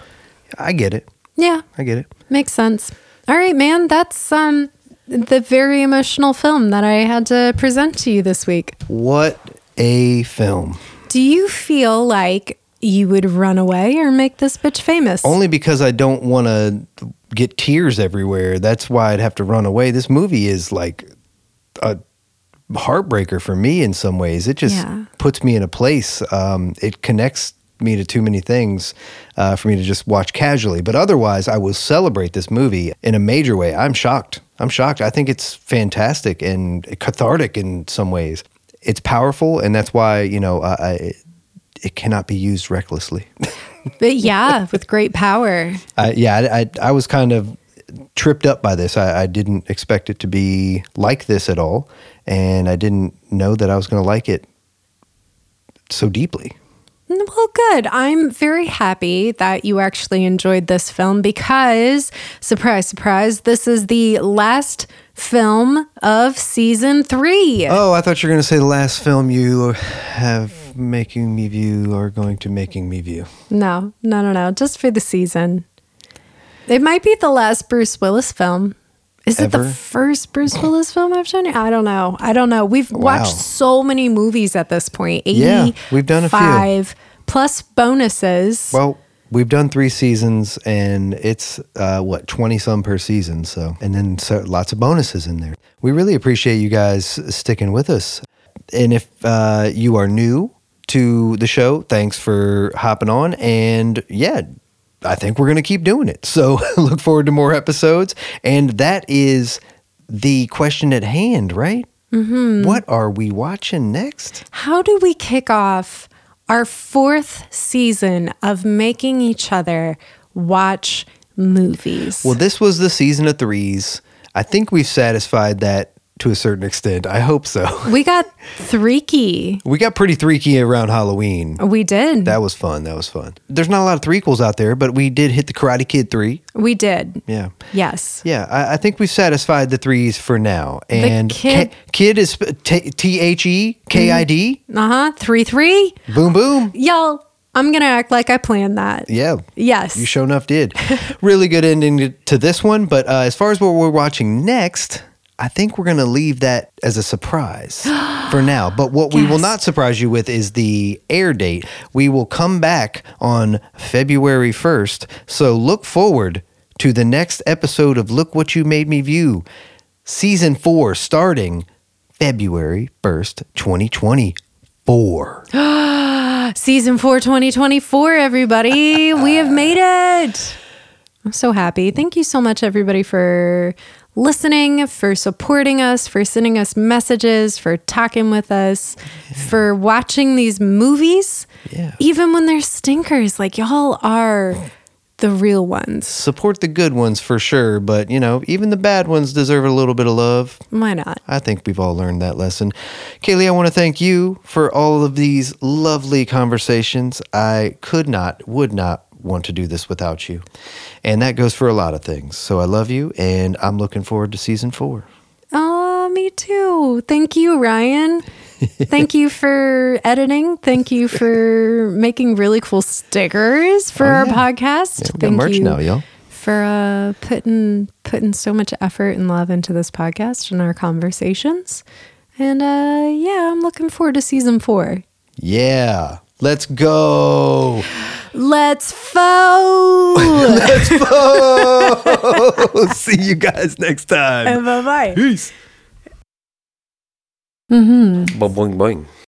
I get it.
Yeah.
I get it.
Makes sense. All right, man. That's um the very emotional film that I had to present to you this week.
What a film.
Do you feel like you would run away or make this bitch famous?
Only because I don't want to get tears everywhere. That's why I'd have to run away. This movie is like a heartbreaker for me in some ways. It just
Yeah.
puts me in a place. Um, it connects me to too many things uh, for me to just watch casually. But otherwise, I will celebrate this movie in a major way. I'm shocked. I'm shocked. I think it's fantastic and cathartic in some ways. It's powerful, and that's why you know I, I, it cannot be used recklessly.
but yeah, with great power.
I, yeah, I, I, I was kind of tripped up by this. I, I didn't expect it to be like this at all, and I didn't know that I was going to like it so deeply.
Well, good. I'm very happy that you actually enjoyed this film because, surprise, surprise, this is the last film of season three.
Oh, I thought you were going to say the last film you have making me view or going to making me view.
No, no, no, no. Just for the season. It might be the last Bruce Willis film. Is it
Ever?
the first Bruce Willis film I've shown you? I don't know. I don't know. We've watched so many movies at this point.
Yeah, we've done a few.
85 plus bonuses.
Well, we've done three seasons, and it's uh, what twenty some per season. So, and then so, lots of bonuses in there. We really appreciate you guys sticking with us. And if uh, you are new to the show, thanks for hopping on. And yeah. I think we're going to keep doing it. So look forward to more episodes. And that is the question at hand, right? Mm-hmm. What are we watching next?
How do we kick off our fourth season of making each other watch movies?
Well, this was the season of threes. I think we've satisfied that to a certain extent. I hope so.
we got Threaky.
We got pretty threaky around Halloween.
We did.
That was fun. That was fun. There's not a lot of threequels out there, but we did hit the Karate Kid three.
we did.
Yeah.
Yes.
Yeah, I, I think we've satisfied the threes for now. And
kid-
K- kid is sp- t- T H E K I D.
Uh huh. Three three.
Boom, boom.
Y'all, I'm gonna act like I planned that.
Yeah.
Yes.
You sure enough did. really good ending to- to this one. But uh, as far as what we're watching next, I think we're going to leave that as a surprise for now. But what we will
Yes.
not surprise you with is the air date. We will come back on February 1st. So look forward to the next episode of Look What You Made Me View, season four, starting February 1st, 2024.
Season 4 2024, everybody. we have made it. I'm so happy. Thank you so much, everybody, for listening, for supporting us, for sending us messages, for talking with us, for watching these movies,
Yeah. Oh.
even when they're stinkers. Like, y'all are the real ones.
support the good ones for sure, but you know, even the bad ones deserve a little bit of love.
Why not?
I think we've all learned that lesson. Kaylee, I want to thank you for all of these lovely conversations. I could not, would not want to do this without you. And that goes for a lot of things. So I love you, and I'm looking forward to season four.
Oh, me too. Thank you, Ryan. Thank you for editing. Thank you for making really cool stickers for our podcast.
Oh, we got
Thank
merch
you
now, y'all.
for uh, putting putting so much effort and love into this podcast and our conversations. And uh, yeah, I'm looking forward to season four.
Yeah. Let's go.
Let's foe.
Oh, see you guys next time.
bye bye.
Peace.
Boing, boing, boing.